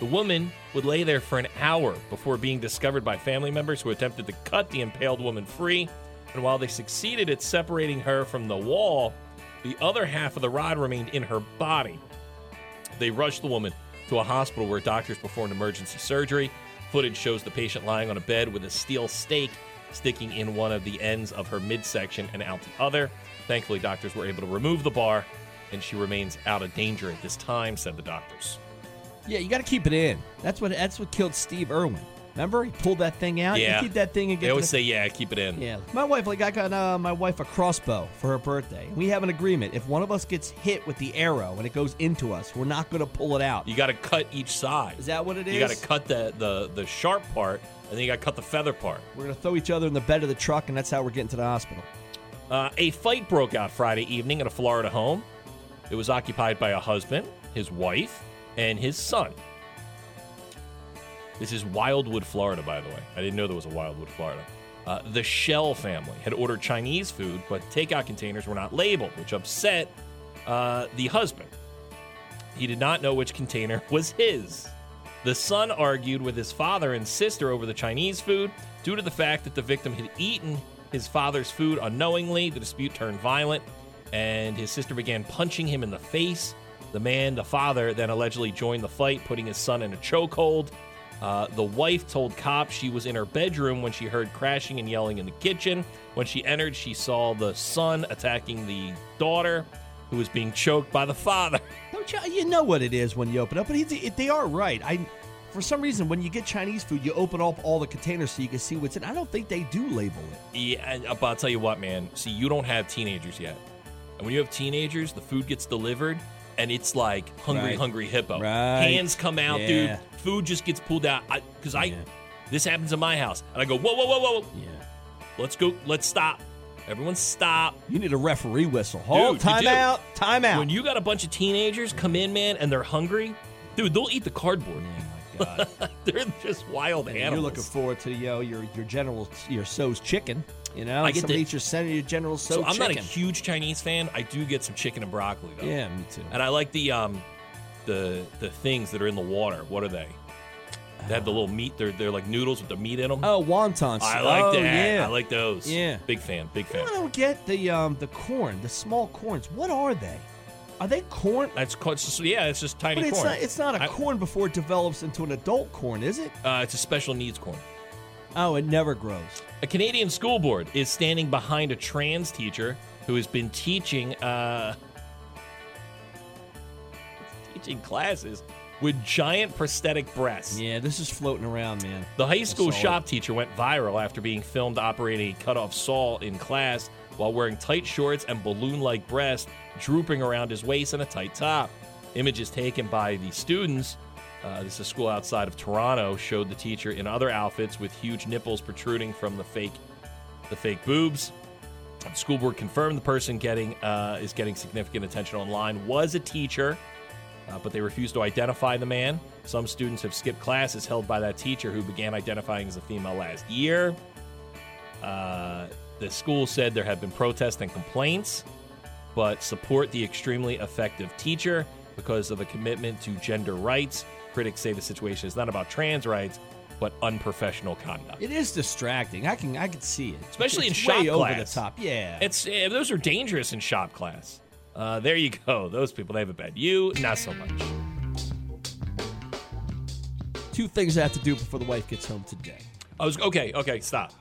Speaker 2: The woman would lay there for an hour before being discovered by family members who attempted to cut the impaled woman free. And while they succeeded at separating her from the wall, the other half of the rod remained in her body. They rushed the woman to a hospital where doctors performed emergency surgery. Footage shows the patient lying on a bed with a steel stake sticking in one of the ends of her midsection and out the other. Thankfully, doctors were able to remove the bar, and she remains out of danger at this time, said the doctors.
Speaker 3: Yeah, you got to keep it in. That's what that's what killed Steve Irwin. Remember, he pulled that thing out.
Speaker 2: Yeah.
Speaker 3: you keep that thing and get
Speaker 2: They
Speaker 3: to
Speaker 2: always
Speaker 3: the-
Speaker 2: say, yeah, keep it in.
Speaker 3: Yeah, my wife like I got uh, my wife a crossbow for her birthday. We have an agreement: if one of us gets hit with the arrow and it goes into us, we're not going to pull it out.
Speaker 2: You got to cut each side.
Speaker 3: Is that what it is?
Speaker 2: You got to cut the, the, the sharp part, and then you got to cut the feather part.
Speaker 3: We're going to throw each other in the bed of the truck, and that's how we're getting to the hospital.
Speaker 2: Uh, a fight broke out Friday evening at a Florida home. It was occupied by a husband, his wife, and his son. This is Wildwood, Florida, by the way. I didn't know there was a Wildwood, Florida. Uh, the Shell family had ordered Chinese food, but takeout containers were not labeled, which upset uh, the husband. He did not know which container was his. The son argued with his father and sister over the Chinese food. Due to the fact that the victim had eaten his father's food unknowingly, the dispute turned violent and his sister began punching him in the face. The man, the father, then allegedly joined the fight, putting his son in a chokehold. Uh, the wife told cops she was in her bedroom when she heard crashing and yelling in the kitchen. When she entered, she saw the son attacking the daughter, who was being choked by the father.
Speaker 3: Don't you, you know what it is when you open up? But he's- if they are right. I, for some reason, when you get Chinese food, you open up all the containers so you can see what's in. I don't think they do label it.
Speaker 2: Yeah, and- uh, but I'll tell you what, man. See, you don't have teenagers yet, and when you have teenagers, the food gets delivered, and it's like hungry,
Speaker 3: Right.
Speaker 2: hungry hippo.
Speaker 3: Right.
Speaker 2: Hands come out,
Speaker 3: Yeah.
Speaker 2: dude. Food just gets pulled out. I Because I,
Speaker 3: Yeah.
Speaker 2: this happens in my house, and I go, whoa, whoa, whoa, whoa, whoa.
Speaker 3: Yeah.
Speaker 2: let's go, let's stop. Everyone, stop.
Speaker 3: You need a referee whistle. Hold
Speaker 2: Dude, you
Speaker 3: time
Speaker 2: do.
Speaker 3: out. Time out.
Speaker 2: When you got a bunch of teenagers come in, man, and they're hungry, dude, they'll eat the cardboard.
Speaker 3: my God.
Speaker 2: They're just wild
Speaker 3: And
Speaker 2: animals.
Speaker 3: You're looking forward to yo your your general your so's chicken. You know,
Speaker 2: I get
Speaker 3: somebody
Speaker 2: the-
Speaker 3: eats your center your general so.
Speaker 2: So I'm not a
Speaker 3: chicken.
Speaker 2: huge Chinese fan. I do get some chicken and broccoli though.
Speaker 3: Yeah, me too.
Speaker 2: And I like the um the the things that are in the water. What are they? They have the little meat. They're they're like noodles with the meat in them.
Speaker 3: Oh, wontons.
Speaker 2: I like
Speaker 3: Oh,
Speaker 2: that.
Speaker 3: yeah.
Speaker 2: I like those.
Speaker 3: Yeah.
Speaker 2: Big fan. Big fan.
Speaker 3: I don't get the um the corn, the small corns. What are they? Are they corn?
Speaker 2: That's called, it's just- yeah. It's just tiny
Speaker 3: but it's
Speaker 2: corn.
Speaker 3: not it's not a
Speaker 2: I-
Speaker 3: corn before it develops into an adult corn, is it?
Speaker 2: Uh, it's a special needs corn.
Speaker 3: Oh, it never grows.
Speaker 2: A Canadian school board is standing behind a trans teacher who has been teaching uh, teaching classes with giant prosthetic breasts.
Speaker 3: Yeah, this is floating around, man.
Speaker 2: The high
Speaker 3: I
Speaker 2: school
Speaker 3: saw it.
Speaker 2: shop teacher went viral after being filmed operating a cut-off saw in class while wearing tight shorts and balloon-like breasts drooping around his waist and a tight top. Images taken by the students. Uh, this is a school outside of Toronto. Showed the teacher in other outfits with huge nipples protruding from the fake, the fake boobs. The school board confirmed the person getting uh, is getting significant attention online was a teacher, uh, but they refused to identify the man. Some students have skipped classes held by that teacher who began identifying as a female last year. Uh, the school said there have been protests and complaints, but support the extremely effective teacher because of a commitment to gender rights. Critics say the situation is not about trans rights, but unprofessional conduct.
Speaker 3: It is distracting. I can I can see it,
Speaker 2: Especially
Speaker 3: It's
Speaker 2: in
Speaker 3: way
Speaker 2: shop
Speaker 3: over the
Speaker 2: class.
Speaker 3: top. Yeah,
Speaker 2: It's eh, those are dangerous in shop class. Uh, there you go. Those people they have a bad. You not so much.
Speaker 3: two things I have to do before the wife gets home today.
Speaker 2: I was okay. Okay, stop.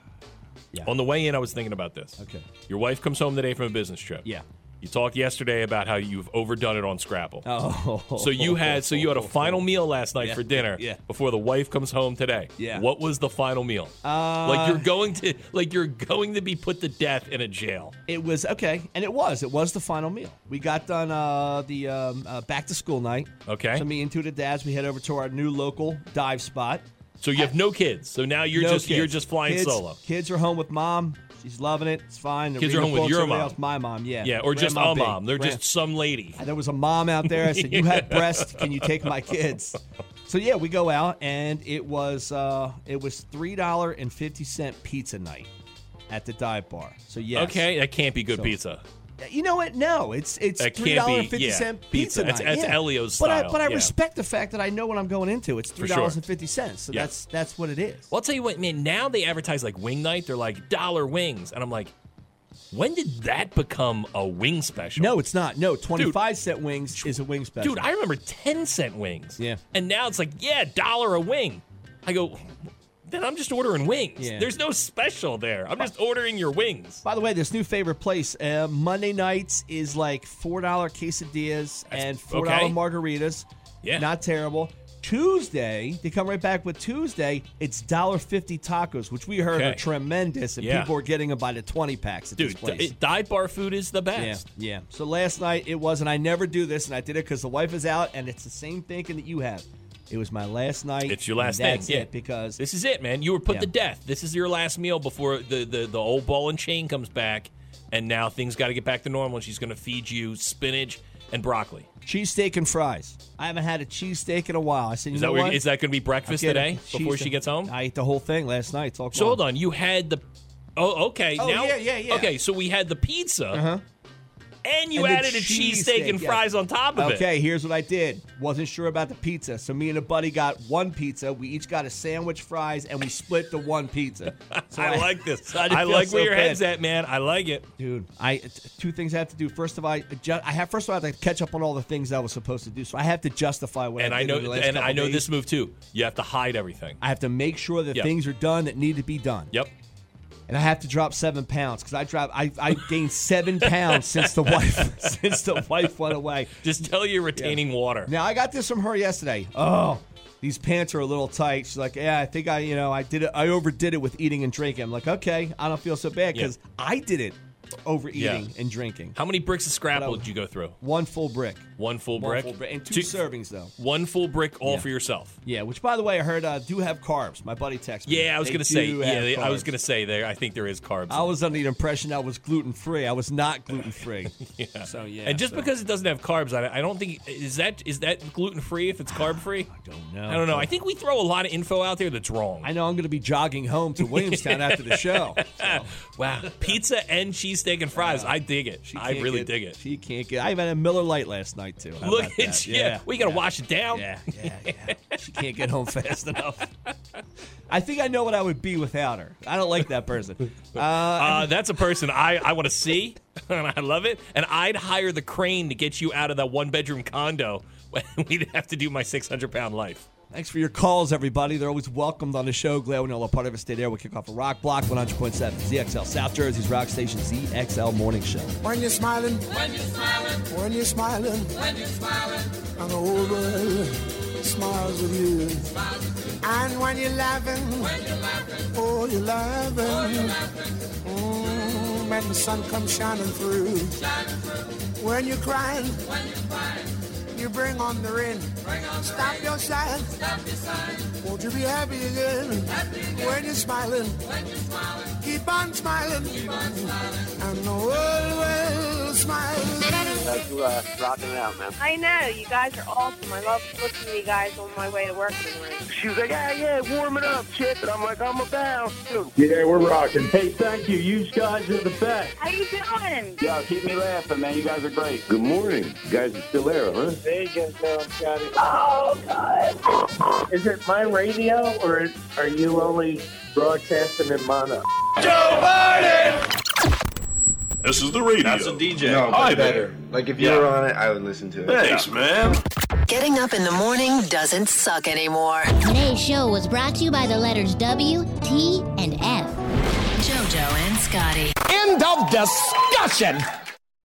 Speaker 3: Yeah.
Speaker 2: On the way in, I was thinking about this.
Speaker 3: Okay.
Speaker 2: Your wife comes home today from a business trip.
Speaker 3: Yeah.
Speaker 2: You talked yesterday about how you've overdone it on Scrabble.
Speaker 3: Oh.
Speaker 2: So you had so you had a final meal last night
Speaker 3: Yeah,
Speaker 2: for dinner
Speaker 3: yeah.
Speaker 2: before the wife comes home today.
Speaker 3: Yeah.
Speaker 2: What was the final meal?
Speaker 3: Uh,
Speaker 2: like you're going to like you're going to be put to death in a jail.
Speaker 3: It was okay, and it was. It was the final meal. We got done uh, the um, uh, back to school night.
Speaker 2: Okay.
Speaker 3: So me and two of the dads, we head over to our new local dive spot.
Speaker 2: So you have no kids. So now you're
Speaker 3: No
Speaker 2: just
Speaker 3: kids.
Speaker 2: you're just flying
Speaker 3: Kids-
Speaker 2: solo.
Speaker 3: Kids are home with mom. She's loving it. It's fine. They're
Speaker 2: Kids are
Speaker 3: reading
Speaker 2: home with
Speaker 3: books.
Speaker 2: your
Speaker 3: Everybody
Speaker 2: mom.
Speaker 3: Else, my mom. Yeah.
Speaker 2: Yeah, or just
Speaker 3: Grandma
Speaker 2: a
Speaker 3: B.
Speaker 2: mom. They're
Speaker 3: Grand-
Speaker 2: just some lady.
Speaker 3: And there was a mom out there. I said, "You have breast. Can you take my kids?" So yeah, we go out, and it was uh, it was three dollar and fifty cent pizza night at the dive bar. So yeah,
Speaker 2: Okay, that can't be good pizza.
Speaker 3: You know what? No, it's it's
Speaker 2: That can't
Speaker 3: three
Speaker 2: be-
Speaker 3: dollar fifty
Speaker 2: yeah,
Speaker 3: cent
Speaker 2: pizza.
Speaker 3: pizza.
Speaker 2: That's-
Speaker 3: night.
Speaker 2: that's
Speaker 3: yeah.
Speaker 2: Elio's
Speaker 3: But I
Speaker 2: style,
Speaker 3: but I
Speaker 2: yeah.
Speaker 3: respect the fact that I know what I'm going into. It's
Speaker 2: For
Speaker 3: three
Speaker 2: sure.
Speaker 3: dollars and fifty cents. So
Speaker 2: Yeah.
Speaker 3: that's that's what it is.
Speaker 2: Well, I'll tell you what, man. Now they advertise like wing night. They're like dollar wings, and I'm like, when did that become a wing special?
Speaker 3: No, it's not. No, twenty five cent wings is a wing special.
Speaker 2: dude, I remember ten cent wings.
Speaker 3: Yeah.
Speaker 2: and now it's like, yeah, dollar a wing. I go, then I'm just ordering wings.
Speaker 3: Yeah.
Speaker 2: There's no special there. I'm just ordering your wings.
Speaker 3: By the way, this new favorite place, uh, Monday nights is like four dollar quesadillas and four dollar
Speaker 2: okay.
Speaker 3: margaritas.
Speaker 2: Yeah.
Speaker 3: not terrible. Tuesday, they come right back with Tuesday. It's dollar fifty tacos, which we heard are
Speaker 2: Okay.
Speaker 3: tremendous, and
Speaker 2: Yeah.
Speaker 3: people are getting them by the twenty packs at
Speaker 2: Dude,
Speaker 3: this place.
Speaker 2: d- it- dive bar food is the
Speaker 3: yeah,
Speaker 2: best.
Speaker 3: yeah. So last night it was, and I never do this, and I did it because the wife is out, and it's the same thinking that you have. It was my last night.
Speaker 2: It's your
Speaker 3: and
Speaker 2: last
Speaker 3: that's
Speaker 2: thing. Yeah.
Speaker 3: it, because
Speaker 2: This is it, man. You were put
Speaker 3: Yeah.
Speaker 2: to death. This is your last meal before the, the, the old ball and chain comes back, and now things got to get back to normal. And she's going to feed you spinach and broccoli.
Speaker 3: cheesesteak and fries. I haven't had a cheesesteak in a while. I said, you
Speaker 2: Is
Speaker 3: know
Speaker 2: that where,
Speaker 3: what?
Speaker 2: is that going to be breakfast
Speaker 3: I'm getting
Speaker 2: today
Speaker 3: cheese
Speaker 2: eh, before
Speaker 3: steak.
Speaker 2: she gets home?
Speaker 3: I ate the whole thing last night. It's all
Speaker 2: So hold
Speaker 3: gone.
Speaker 2: on, you had the. Oh, okay.
Speaker 3: Oh,
Speaker 2: now,
Speaker 3: yeah, yeah, yeah.
Speaker 2: Okay, so we had the pizza,
Speaker 3: Uh-huh.
Speaker 2: and you
Speaker 3: And the
Speaker 2: added a
Speaker 3: cheese
Speaker 2: cheesesteak
Speaker 3: steak,
Speaker 2: and
Speaker 3: yeah.
Speaker 2: fries on top of it.
Speaker 3: Okay, here's what I did. Wasn't sure about the pizza, so me and a buddy got one pizza. We each got a sandwich, fries, and we split the one pizza. So
Speaker 2: I like this.
Speaker 3: I didn't
Speaker 2: I,
Speaker 3: feel
Speaker 2: like
Speaker 3: so
Speaker 2: where your
Speaker 3: bad.
Speaker 2: head's at, man. I like it.
Speaker 3: dude. I t- two things I have to do. First of all, I, ju- I have first of all I have to catch up on all the things I was supposed to do. So I have to justify what
Speaker 2: And
Speaker 3: I
Speaker 2: I
Speaker 3: did
Speaker 2: know,
Speaker 3: over the last
Speaker 2: and
Speaker 3: couple
Speaker 2: I know
Speaker 3: days.
Speaker 2: this move too. You have to hide everything.
Speaker 3: I have to make sure that
Speaker 2: Yep.
Speaker 3: things are done that need to be done.
Speaker 2: Yep.
Speaker 3: and I have to drop seven pounds because I drop I, I gained seven pounds since the wife since the wife went away.
Speaker 2: Just tell you're retaining water.
Speaker 3: Now I got this from her yesterday. Oh, these pants are a little tight. She's like, yeah, I think I you know I did it. I overdid it with eating and drinking. I'm like, okay, I don't feel so bad because I did it overeating
Speaker 2: Yeah.
Speaker 3: and drinking.
Speaker 2: How many bricks of scrapple
Speaker 3: But I-
Speaker 2: did you go through?
Speaker 3: One full brick.
Speaker 2: One full
Speaker 3: One
Speaker 2: brick.
Speaker 3: full brick. And two servings, though.
Speaker 2: One full brick, all for yourself.
Speaker 3: Yeah, which by the way, I heard uh, do have carbs. My buddy texted me.
Speaker 2: Yeah, I was
Speaker 3: They
Speaker 2: gonna say.
Speaker 3: do
Speaker 2: Yeah,
Speaker 3: have
Speaker 2: they- I was
Speaker 3: carbs.
Speaker 2: gonna say there. I think there is carbs.
Speaker 3: I was under the impression I was gluten free. I was not gluten free.
Speaker 2: Yeah.
Speaker 3: So yeah.
Speaker 2: and just
Speaker 3: so-
Speaker 2: because it doesn't have carbs on it, I don't think is that is that gluten free if it's carb free. I
Speaker 3: don't know.
Speaker 2: I don't know. I think we throw a lot of info out there that's wrong.
Speaker 3: I know I'm going to be jogging home to Williamstown after the show.
Speaker 2: wow, pizza and cheesesteak and fries. I dig it. I
Speaker 3: can't
Speaker 2: really
Speaker 3: get-
Speaker 2: dig it.
Speaker 3: She can't get. I even had a Miller Light last night too. How
Speaker 2: Look
Speaker 3: about
Speaker 2: at
Speaker 3: that?
Speaker 2: you. We gotta wash it down.
Speaker 3: Yeah, yeah, yeah. she can't get home fast enough. I think I know what I would be without her. I don't like that person.
Speaker 2: Uh, that's a person I, I want to see, and I love it. And I'd hire the crane to get you out of that one bedroom condo when we'd have to do my 600 pound life.
Speaker 3: Thanks for your calls, everybody. They're always welcomed on the show. Glad we're all a part of it. Stay there. We kick off a rock block 100.7 ZXL South Jersey's Rock Station ZXL Morning Show.
Speaker 8: When you're smiling, when you're smiling, when you're smiling, when you're smiling, and the whole world smiles with you. And when you're laughing, when you're laughing, oh, you're laughing. Mm, when the sun comes shining through. When you're crying, when you're crying, you bring on the rain. Stop your sighing. Stop your sighing. Won't you be happy again? When you're smiling, when you're smiling, keep on smiling. Keep on smiling. And the world will smile.
Speaker 10: Guys, you uh, rocking it out, man.
Speaker 11: I know, you guys are awesome. I love listening to you guys on my way to work in the morning.
Speaker 10: She was like, yeah, yeah, warm it up, chick. And I'm like, I'm about to.
Speaker 12: Yeah, we're rocking. Hey, thank you. You guys are the best.
Speaker 11: How you doing?
Speaker 12: Yo, keep me laughing, man. You guys are great.
Speaker 10: Good morning. You guys are still there, huh?
Speaker 12: Hey, guys, Scotty. Oh, God. Is it my radio, or are you only broadcasting in mono?
Speaker 13: Joe Biden! This is the radio.
Speaker 6: That's a DJ.
Speaker 13: No, but
Speaker 6: Hi,
Speaker 13: better.
Speaker 6: there.
Speaker 13: Like, if
Speaker 6: you
Speaker 13: were
Speaker 6: on it, I would listen to
Speaker 13: it. Thanks, man.
Speaker 14: Getting up in the morning doesn't suck anymore.
Speaker 1: Today's show was brought to you by the letters W, T, and F.
Speaker 14: JoJo and Scotty.
Speaker 1: End of discussion.